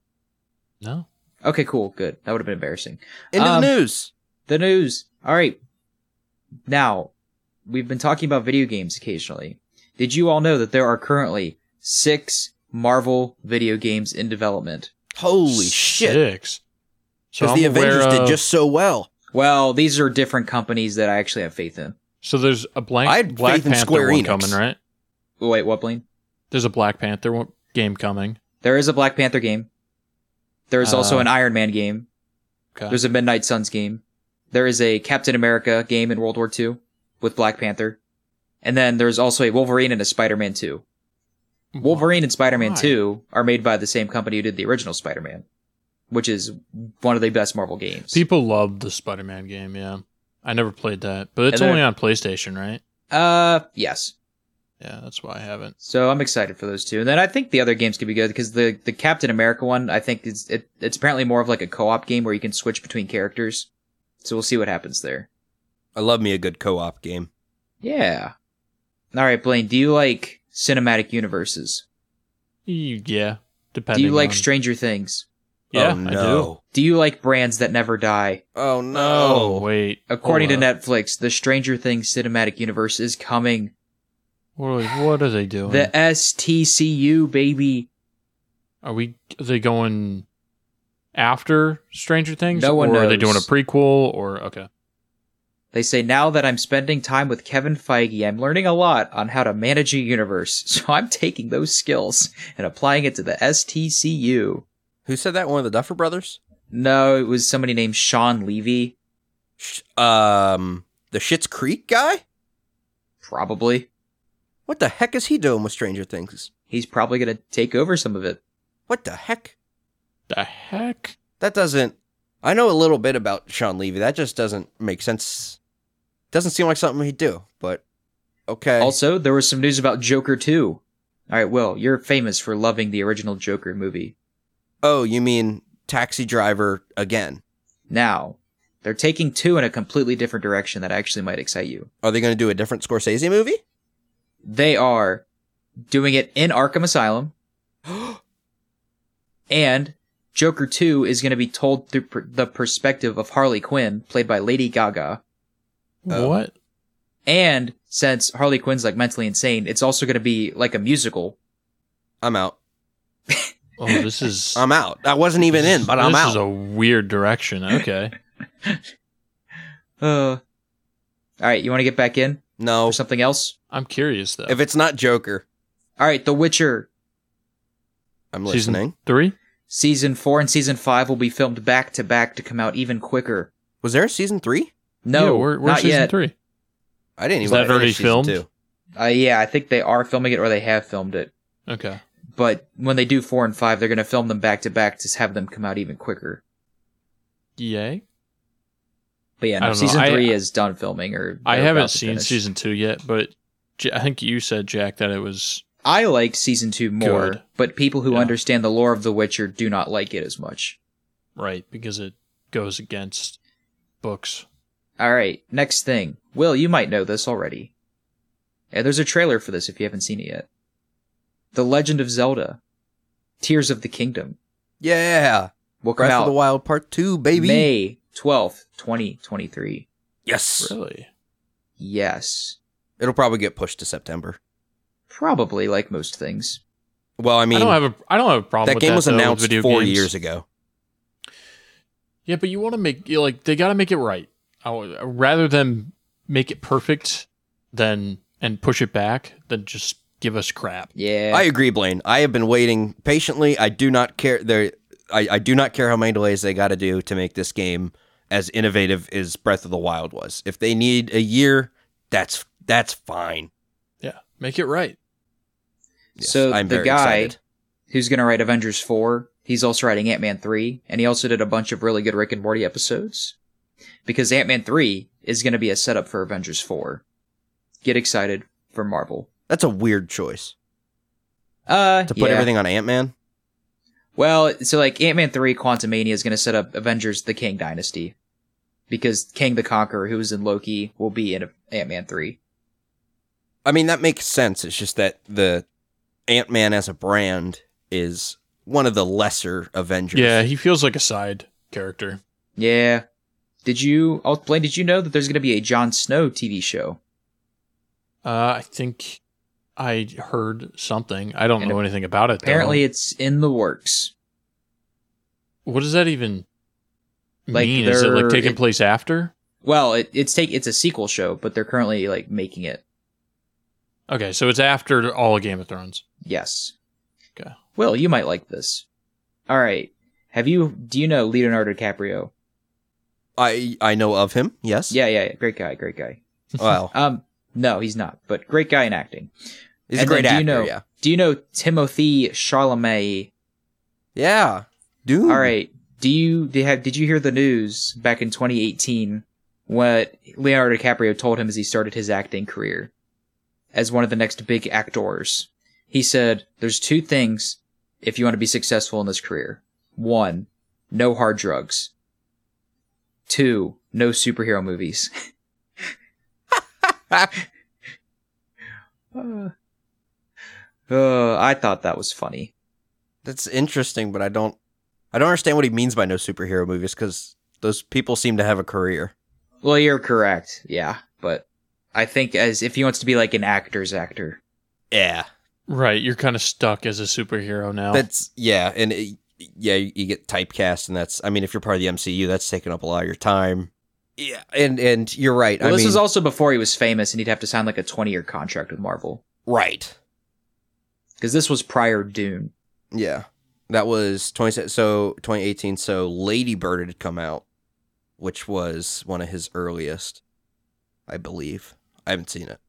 B: No.
A: Okay, cool, good. That would have been embarrassing.
C: Into
A: Um,
C: the news.
A: The news. All right. Now, we've been talking about video games occasionally. Did you all know that there are currently six Marvel video games in development?
C: Holy shit!
B: Six. So
C: Because
B: I'm
C: the
B: aware
C: Avengers did
B: of-
C: just so well.
A: Well, these are different companies that I actually have faith in.
B: So there's a blank
C: I had
B: Black
C: faith in
B: Panther
C: Square
B: one
C: Enix.
B: coming, right?
A: Wait, what, Blaine?
B: There's a Black Panther one game coming.
A: There is a Black Panther game. There is also
B: Uh,
A: an Iron Man game.
B: Okay.
A: There's a Midnight Suns game. There is a Captain America game in World War II with Black Panther. And then there's also a Wolverine and a Spider Man 2. Wolverine and Spider Man
B: Why?
A: 2 are made by the same company who did the original Spider Man, which is one of the best Marvel games.
B: People love the Spider Man game, yeah. I never played that, but it's
A: And
B: only
A: they're-
B: on PlayStation, right?
A: uh, yes.
B: Yeah, that's why I haven't.
A: So I'm excited for those two. And then I think the other games could be good because the, the Captain America one, I think is, it, it's apparently more of like a co op game where you can switch between characters. So we'll see what happens there.
C: I love me a good co-op game.
A: Yeah. All right, Blaine, do you like cinematic universes?
B: E- Yeah, depending.
A: Do you like
B: on-
A: Stranger Things?
B: Yeah,
C: oh, no.
B: I do.
A: Do you like brands that never die?
C: Oh
B: Oh,
C: no.
B: wait.
A: According to
B: hold up.
A: Netflix, the Stranger Things cinematic universe is coming.
B: What are, we- what are they doing?
A: The STCU, baby.
B: Are we? Are they going after Stranger Things?
A: No one
B: or Are they doing a
A: knows.
B: prequel? Or okay,
A: They say now that I'm spending time with Kevin Feige, I'm learning a lot on how to manage a universe. So I'm taking those skills and applying it to the STCU.
C: Who said that? One of the Duffer Brothers?
A: No, it was somebody named Sean Levy,
C: Sh- um, the Shit's Creek guy.
A: probably.
C: What the heck is he doing with Stranger Things?
A: He's probably going to take over some of it.
C: What the heck?
B: the heck.
C: That doesn't. I know a little bit about Sean Levy. That just doesn't make sense. Doesn't seem like something he'd do. But okay.
A: Also, there was some news about Joker 2. All right, Will, you're famous for loving the original Joker movie.
C: oh, you mean Taxi Driver again?
A: Now, they're taking two in a completely different direction that actually might excite you.
C: Are they going to do a different Scorsese movie?
A: They are doing it in Arkham Asylum, and Joker 2 is going to be told through per- the perspective of Harley Quinn, played by Lady Gaga.
C: Oh.
B: What?
A: And since Harley Quinn's like mentally insane, it's also going to be like a musical.
C: I'm out.
B: Oh, this is.
C: I'm out. I wasn't even
B: this
C: in,
B: is-
C: but I'm
B: this is a
C: out.
B: weird direction. Okay.
A: Uh, all right, you want to get back in
C: No.
A: or something else?
B: I'm curious though.
C: If it's not Joker,
A: All right, The Witcher
C: I'm
B: Season
C: listening.
B: three.
A: season 4 and season 5 will be filmed back to back to come out even quicker.
C: Was there a season three?
A: No,
B: yeah, we're, we're
A: not
B: season
A: yet.
B: three.
C: I didn't
B: Is
C: even.
B: that already
C: finish season
B: filmed?
C: two.
A: Uh, yeah, I think they are filming it or they have filmed it.
B: Okay.
A: But when they do four and five, they're going to film them back to back to have them come out even quicker.
B: Yay.
A: But yeah,
B: I
A: no,
B: don't know.
A: season
B: I-
A: three is done filming or
B: I
A: they're
B: haven't
A: about to
B: seen
A: finish.
B: season two yet, but J- I think you said Jack that it was.
A: I like season two more,
B: Good.
A: but people who
B: Yeah.
A: understand the lore of The Witcher do not like it as much.
B: Right, because it goes against books.
A: All right, next thing, Will, you might know this already. And there's a trailer for this if you haven't seen it yet. The Legend of Zelda: Tears of the Kingdom
C: Yeah.
A: will come
C: Breath of the
A: out
C: Wild Part Two, baby.
A: May twelfth, twenty twenty three.
C: Yes.
B: Really?
A: Yes,
C: It'll probably get pushed to September.
A: probably like most things.
C: Well, I
B: I,
C: mean,
B: don't have a. I don't have a problem.
C: that
B: with
C: game
B: that,
C: was
B: though, with
C: announced
B: video
C: four
B: games.
C: years ago.
B: Yeah, but you want to make you like they got to make it right. I w rather than make it perfect, then and push it back, then just give us crap.
A: Yeah,
C: I agree, Blaine. I have been waiting patiently. I do not care. There, I, I do not care how many delays they got to do to make this game as innovative as Breath of the Wild was. If they need a year, that's that's fine.
B: Yeah, make it right.
C: Yes,
A: So
C: I'm
A: the
C: very
A: guy
C: excited.
A: who's going to write Avengers 4, he's also writing Ant-Man 3, and he also did a bunch of really good Rick and Morty episodes. Because Ant-Man 3 is going to be a setup for Avengers 4. Get excited for Marvel.
C: That's a weird choice
A: Uh,
C: to put
A: yeah.
C: everything on Ant Man.
A: Well, so like Ant-Man 3 Quantumania is going to set up Avengers the King Dynasty. Because King the Conqueror, who was in Loki, will be in Ant-Man 3.
C: I mean, that makes sense. It's just that the Ant Man as a brand is one of the lesser Avengers.
B: Yeah, he feels like a side character.
A: Yeah. Did you, oh, Blaine, did you know that there's going to be a Jon Snow TV show?
B: Uh, I think I heard something. I don't
A: And
B: know anything about it. though.
A: Apparently it's in the works.
B: what does that even
A: Like,
B: mean? Is it
A: they're-
B: like taking
A: it-
B: place after?
A: Well, it, it's take it's a sequel show, but they're currently like making it.
B: Okay, so it's after all of Game of Thrones.
A: Yes.
B: Okay.
A: Will, you might like this. All right. Have you do you know Leonardo DiCaprio?
C: I I know of him. Yes.
A: Yeah, yeah, yeah. great guy, great guy.
C: Wow.
A: Um, no, he's not, but great guy in acting.
C: He's
A: And
C: a
A: then
C: great
A: do
C: actor.
A: you know-
C: yeah.
A: Do you know Timothy Chalamet?
C: Yeah. Dude.
A: All right. Do you did have did you hear the news back in 2018 what Leonardo DiCaprio told him as he started his acting career as one of the next big actors? He said, "There's two things if you want to be successful in this career. One, no hard drugs. Two, no superhero movies." uh, uh, I thought that was funny.
C: That's interesting, but I don't I don't understand what he means by no superhero movies cuz those people seem to have a career.
A: Well, you're correct. Yeah, but I think as if he wants to be like an actor's actor.
C: Yeah.
B: Right, you're kind of stuck as a superhero now.
C: That's yeah, and it, yeah, you you get typecast and that's I mean if you're part of the MCU, that's taking up a lot of your time. Yeah, and and you're right.
A: Well,
C: I
A: this
C: mean,
A: is also before he was famous, and he'd have to sign like a 20 year contract with Marvel
C: right.
A: because this was prior Dune.
C: Yeah. That was 20 so 2018 so Lady Bird had come out which was one of his earliest I believe. I haven't seen it.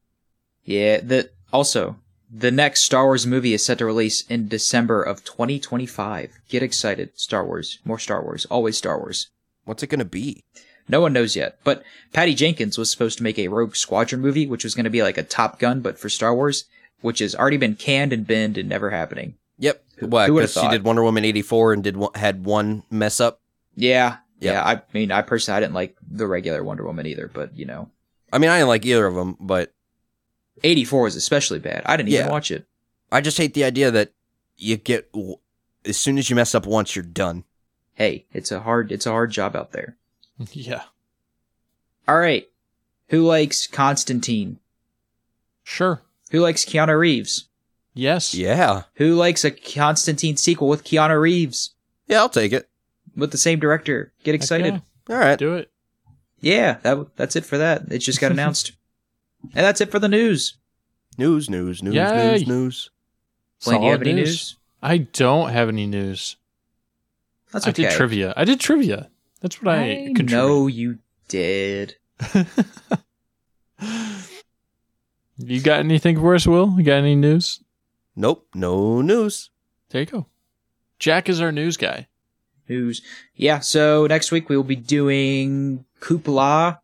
A: Yeah. The also the next Star Wars movie is set to release in December of 2025. Get excited, Star Wars! More Star Wars, always Star Wars.
C: What's it going to be?
A: No one knows yet, but Patty Jenkins was supposed to make a Rogue Squadron movie, which was going to be like a Top Gun, but for Star Wars, which has already been canned and binned and never happening.
C: Yep.
A: Who-
C: Why?
A: who would've
C: Because she
A: thought?
C: did Wonder Woman eighty four and did one, had one mess up.
A: Yeah.
C: Yep.
A: Yeah. I mean, I personally, I didn't like the regular Wonder Woman either, but you know,
C: I mean, I didn't like either of them, but
A: 84 was especially bad. I didn't even
C: Yeah.
A: watch it.
C: I just hate the idea that you get w- as soon as you mess up once, you're done.
A: Hey, it's a hard, it's a hard job out there.
B: yeah,
A: All right. Who likes Constantine?
B: sure.
A: Who likes Keanu Reeves?
B: Yes.
C: Yeah.
A: Who likes a Constantine sequel with Keanu Reeves
C: Yeah, I'll take it.
A: with the same director? Get
B: Heck
A: excited.
B: yeah,
C: All right.
B: Do it.
A: Yeah. That, that's it for that. It just got announced. And that's it for the news.
C: News, news, news,
B: Yay.
C: news, news.
A: Blaine, do you
B: Solid
A: have any news?
B: I don't have any news.
A: That's
B: I
A: okay.
B: did trivia. I did trivia. That's what I,
A: I
B: contributed.
A: know you did.
B: you got anything for us, Will? You got any news?
C: Nope, no news.
B: There you go. Jack is our news guy.
A: news. Yeah, so next week we will be doing Kupla.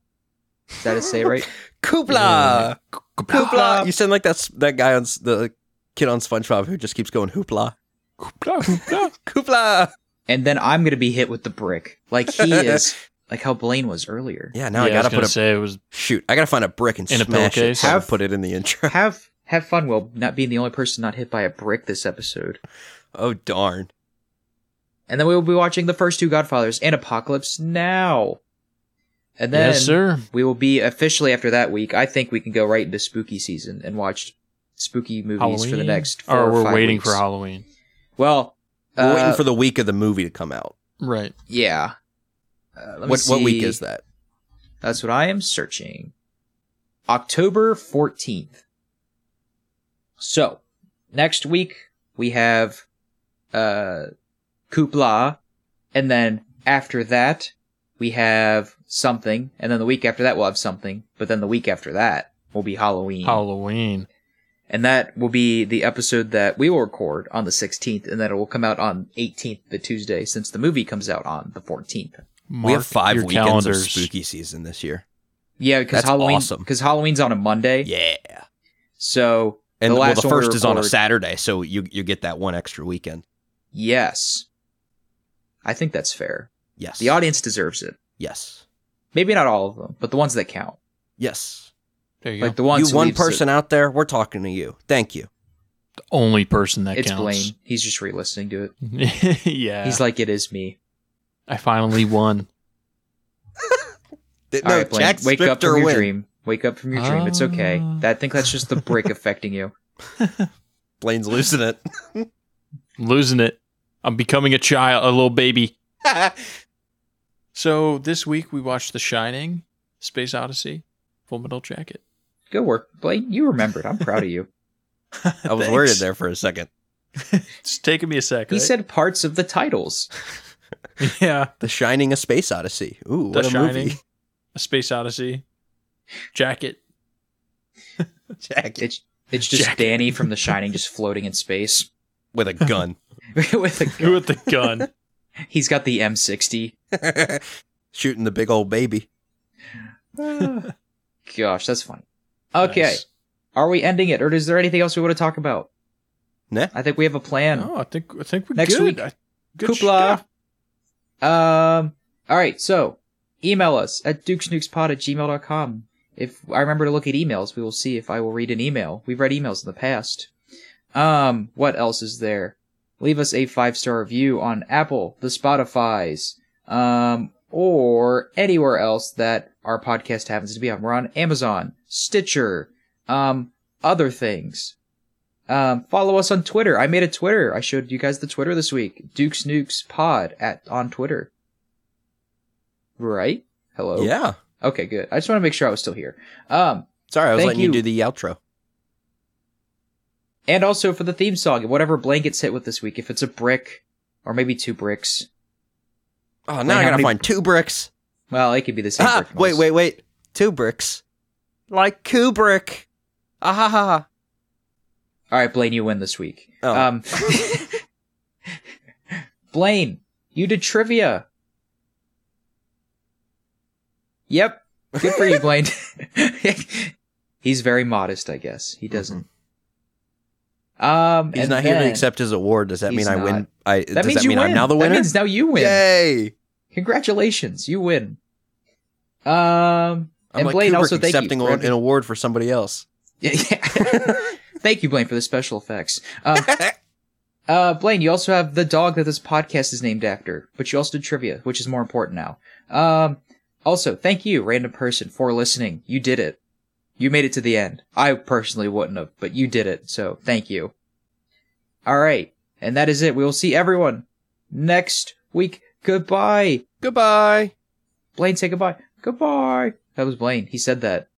A: Is that to say it right?
C: Hoopla,
A: Hoopla.
C: hoopla. You sound like that's that guy on s- the kid on SpongeBob who just keeps going hoopla, hoopla.
A: and then I'm gonna be hit with the brick, like he is, like how Blaine was earlier.
C: Yeah, now
B: Yeah,
C: I
B: was
C: gotta
B: gonna
C: put a
B: say it was
C: shoot. I gotta find a brick and
B: In a
C: smash it.
B: pillowcase.
C: So I'll
A: Have-
C: put it in the intro.
A: Have have fun, Will, not being the only person not hit by a brick this episode.
C: Oh darn.
A: And then we will be watching the first two Godfathers and Apocalypse Now. And then
B: yes, sir.
A: we will be officially after that week. I think we can go right into spooky season and watch spooky movies
B: Halloween
A: for the next. Four
B: Or
A: or
B: we're
A: five
B: waiting
A: weeks.
B: for Halloween.
A: Well,
C: We're waiting
A: uh,
C: for the week of the movie to come out.
B: Right.
A: yeah. Uh, let me
C: What what week
A: see.
C: is that?
A: That's what I am searching. October 14th. So, next week we have uh Kupla and then after that we have something and then the week after that we'll have something, but then the week after that will be Halloween.
B: Halloween.
A: And that will be the episode that we will record on the 16th and then it will come out on 18th the Tuesday since the movie comes out on the 14th.
C: we have
B: Mark
C: five
B: your
C: weekends
B: calendars.
C: of spooky season this year.
A: Yeah, because
C: That's
A: Halloween
C: awesome.
A: cause Halloween's on a Monday.
C: Yeah,
A: So
C: and
A: the
C: well,
A: last
C: the
A: one we
C: first is on a
A: record-
C: Saturday, so you you get that one extra weekend.
A: Yes. I think that's fair.
C: Yes,
A: The audience deserves it.
C: Yes,
A: Maybe not all of them, but the ones that count.
C: yes.
B: There you
A: Like the
B: go.
A: ones
C: you
A: who
C: one
A: leaves it-
C: person out there, we're talking to you. Thank you.
B: The only person that
A: it's
B: counts.
A: Blaine. He's just re-listening to it.
B: yeah.
A: He's like, it is me.
B: I finally won.
C: Th-
A: All right, Blaine.
C: Jack
A: wake up
C: stripped her
A: from your
C: win.
A: dream. Wake up from your dream. It's okay.
B: Ah.
A: That, I think that's just the brick affecting you.
C: Blaine's losing it.
B: I'm losing it. I'm becoming a child, a little baby. So this week we watched The Shining, Space Odyssey, Full Metal Jacket.
A: Good work, Blaine. You remembered. I'm proud of you.
C: I was worried there for a second.
B: It's taking me a sec.
A: He
B: right?
A: said parts of the titles.
B: "Yeah,
C: The Shining: A Space Odyssey. Ooh,
B: The
C: what a
B: Shining,
C: movie.
B: A Space Odyssey, Jacket."
C: Jack,
A: It's It's just
B: Jack.
A: Danny from The Shining just floating in space
C: with a gun.
A: with a,
B: with the gun.
A: he's got the M60.
C: Shooting the big old baby.
A: Gosh, that's funny. Okay,
B: Nice.
A: are we ending it, or is there anything else we want to talk about?
C: Nah.
A: I think we have a plan.
B: No, Oh, I think I think we're
A: Next
B: good.
A: week.
B: I, good
A: Hoopla.
B: stuff.
A: Um. All right. So email us at dukesnookspod at gmail.com. If I remember to look at emails, we will see if I will read an email. We've read emails in the past. Um. What else is there? Leave us a five star review on Apple, the Spotify's, um, or anywhere else that our podcast happens to be on. We're on Amazon, Stitcher, um, other things. Um, follow us on Twitter. I made a Twitter. I showed you guys the Twitter this week. Dukes Nukes Pod at on Twitter. Right? Hello.
C: Yeah.
A: Okay. Good. I just want to make sure I was still here. Um,
C: Sorry, I was
A: Thank
C: letting you.
A: you.
C: do the outro.
A: and also for the theme song, whatever blankets hit with this week, if it's a brick or maybe two bricks.
C: Oh,
A: how
C: now I gotta
A: many-
C: find two bricks.
A: Well, it could be the same.
C: Ah,
A: brick
C: wait,
A: most.
C: wait, wait. Two bricks. Like Kubrick. Ah ha ha. ha.
A: All right, Blaine, you win this week.
C: Oh.
A: Um, Blaine, you did trivia. Yep. Good for you, Blaine. He's very modest, I guess. He doesn't. Um,
C: Mm-hmm. He's
A: and
C: not here to
A: then-
C: accept his award. Does that
A: He's
C: mean I win?
A: not.
C: I,
A: That
C: does
A: means
C: that
A: you
C: mean
A: win.
C: I'm now the winner?
A: That means now you win.
C: Yay!
A: Congratulations, you win. Um,
C: I'm
A: and
C: like
A: Blaine
C: Kubrick
A: also thank
C: accepting
A: you. for
C: an-
A: having-
C: an award for somebody else.
A: Yeah, yeah. Thank you, Blaine, for the special effects. Um, uh, Blaine, you also have the dog that this podcast is named after, but you also did trivia, which is more important now. Um, also, thank you, random person, for listening. You did it. You made it to the end. I personally wouldn't have, but you did it, so thank you. All right, and that is it. We will see everyone next week. Goodbye.
C: Goodbye.
A: Blaine, say goodbye. Goodbye. That was Blaine. He said that.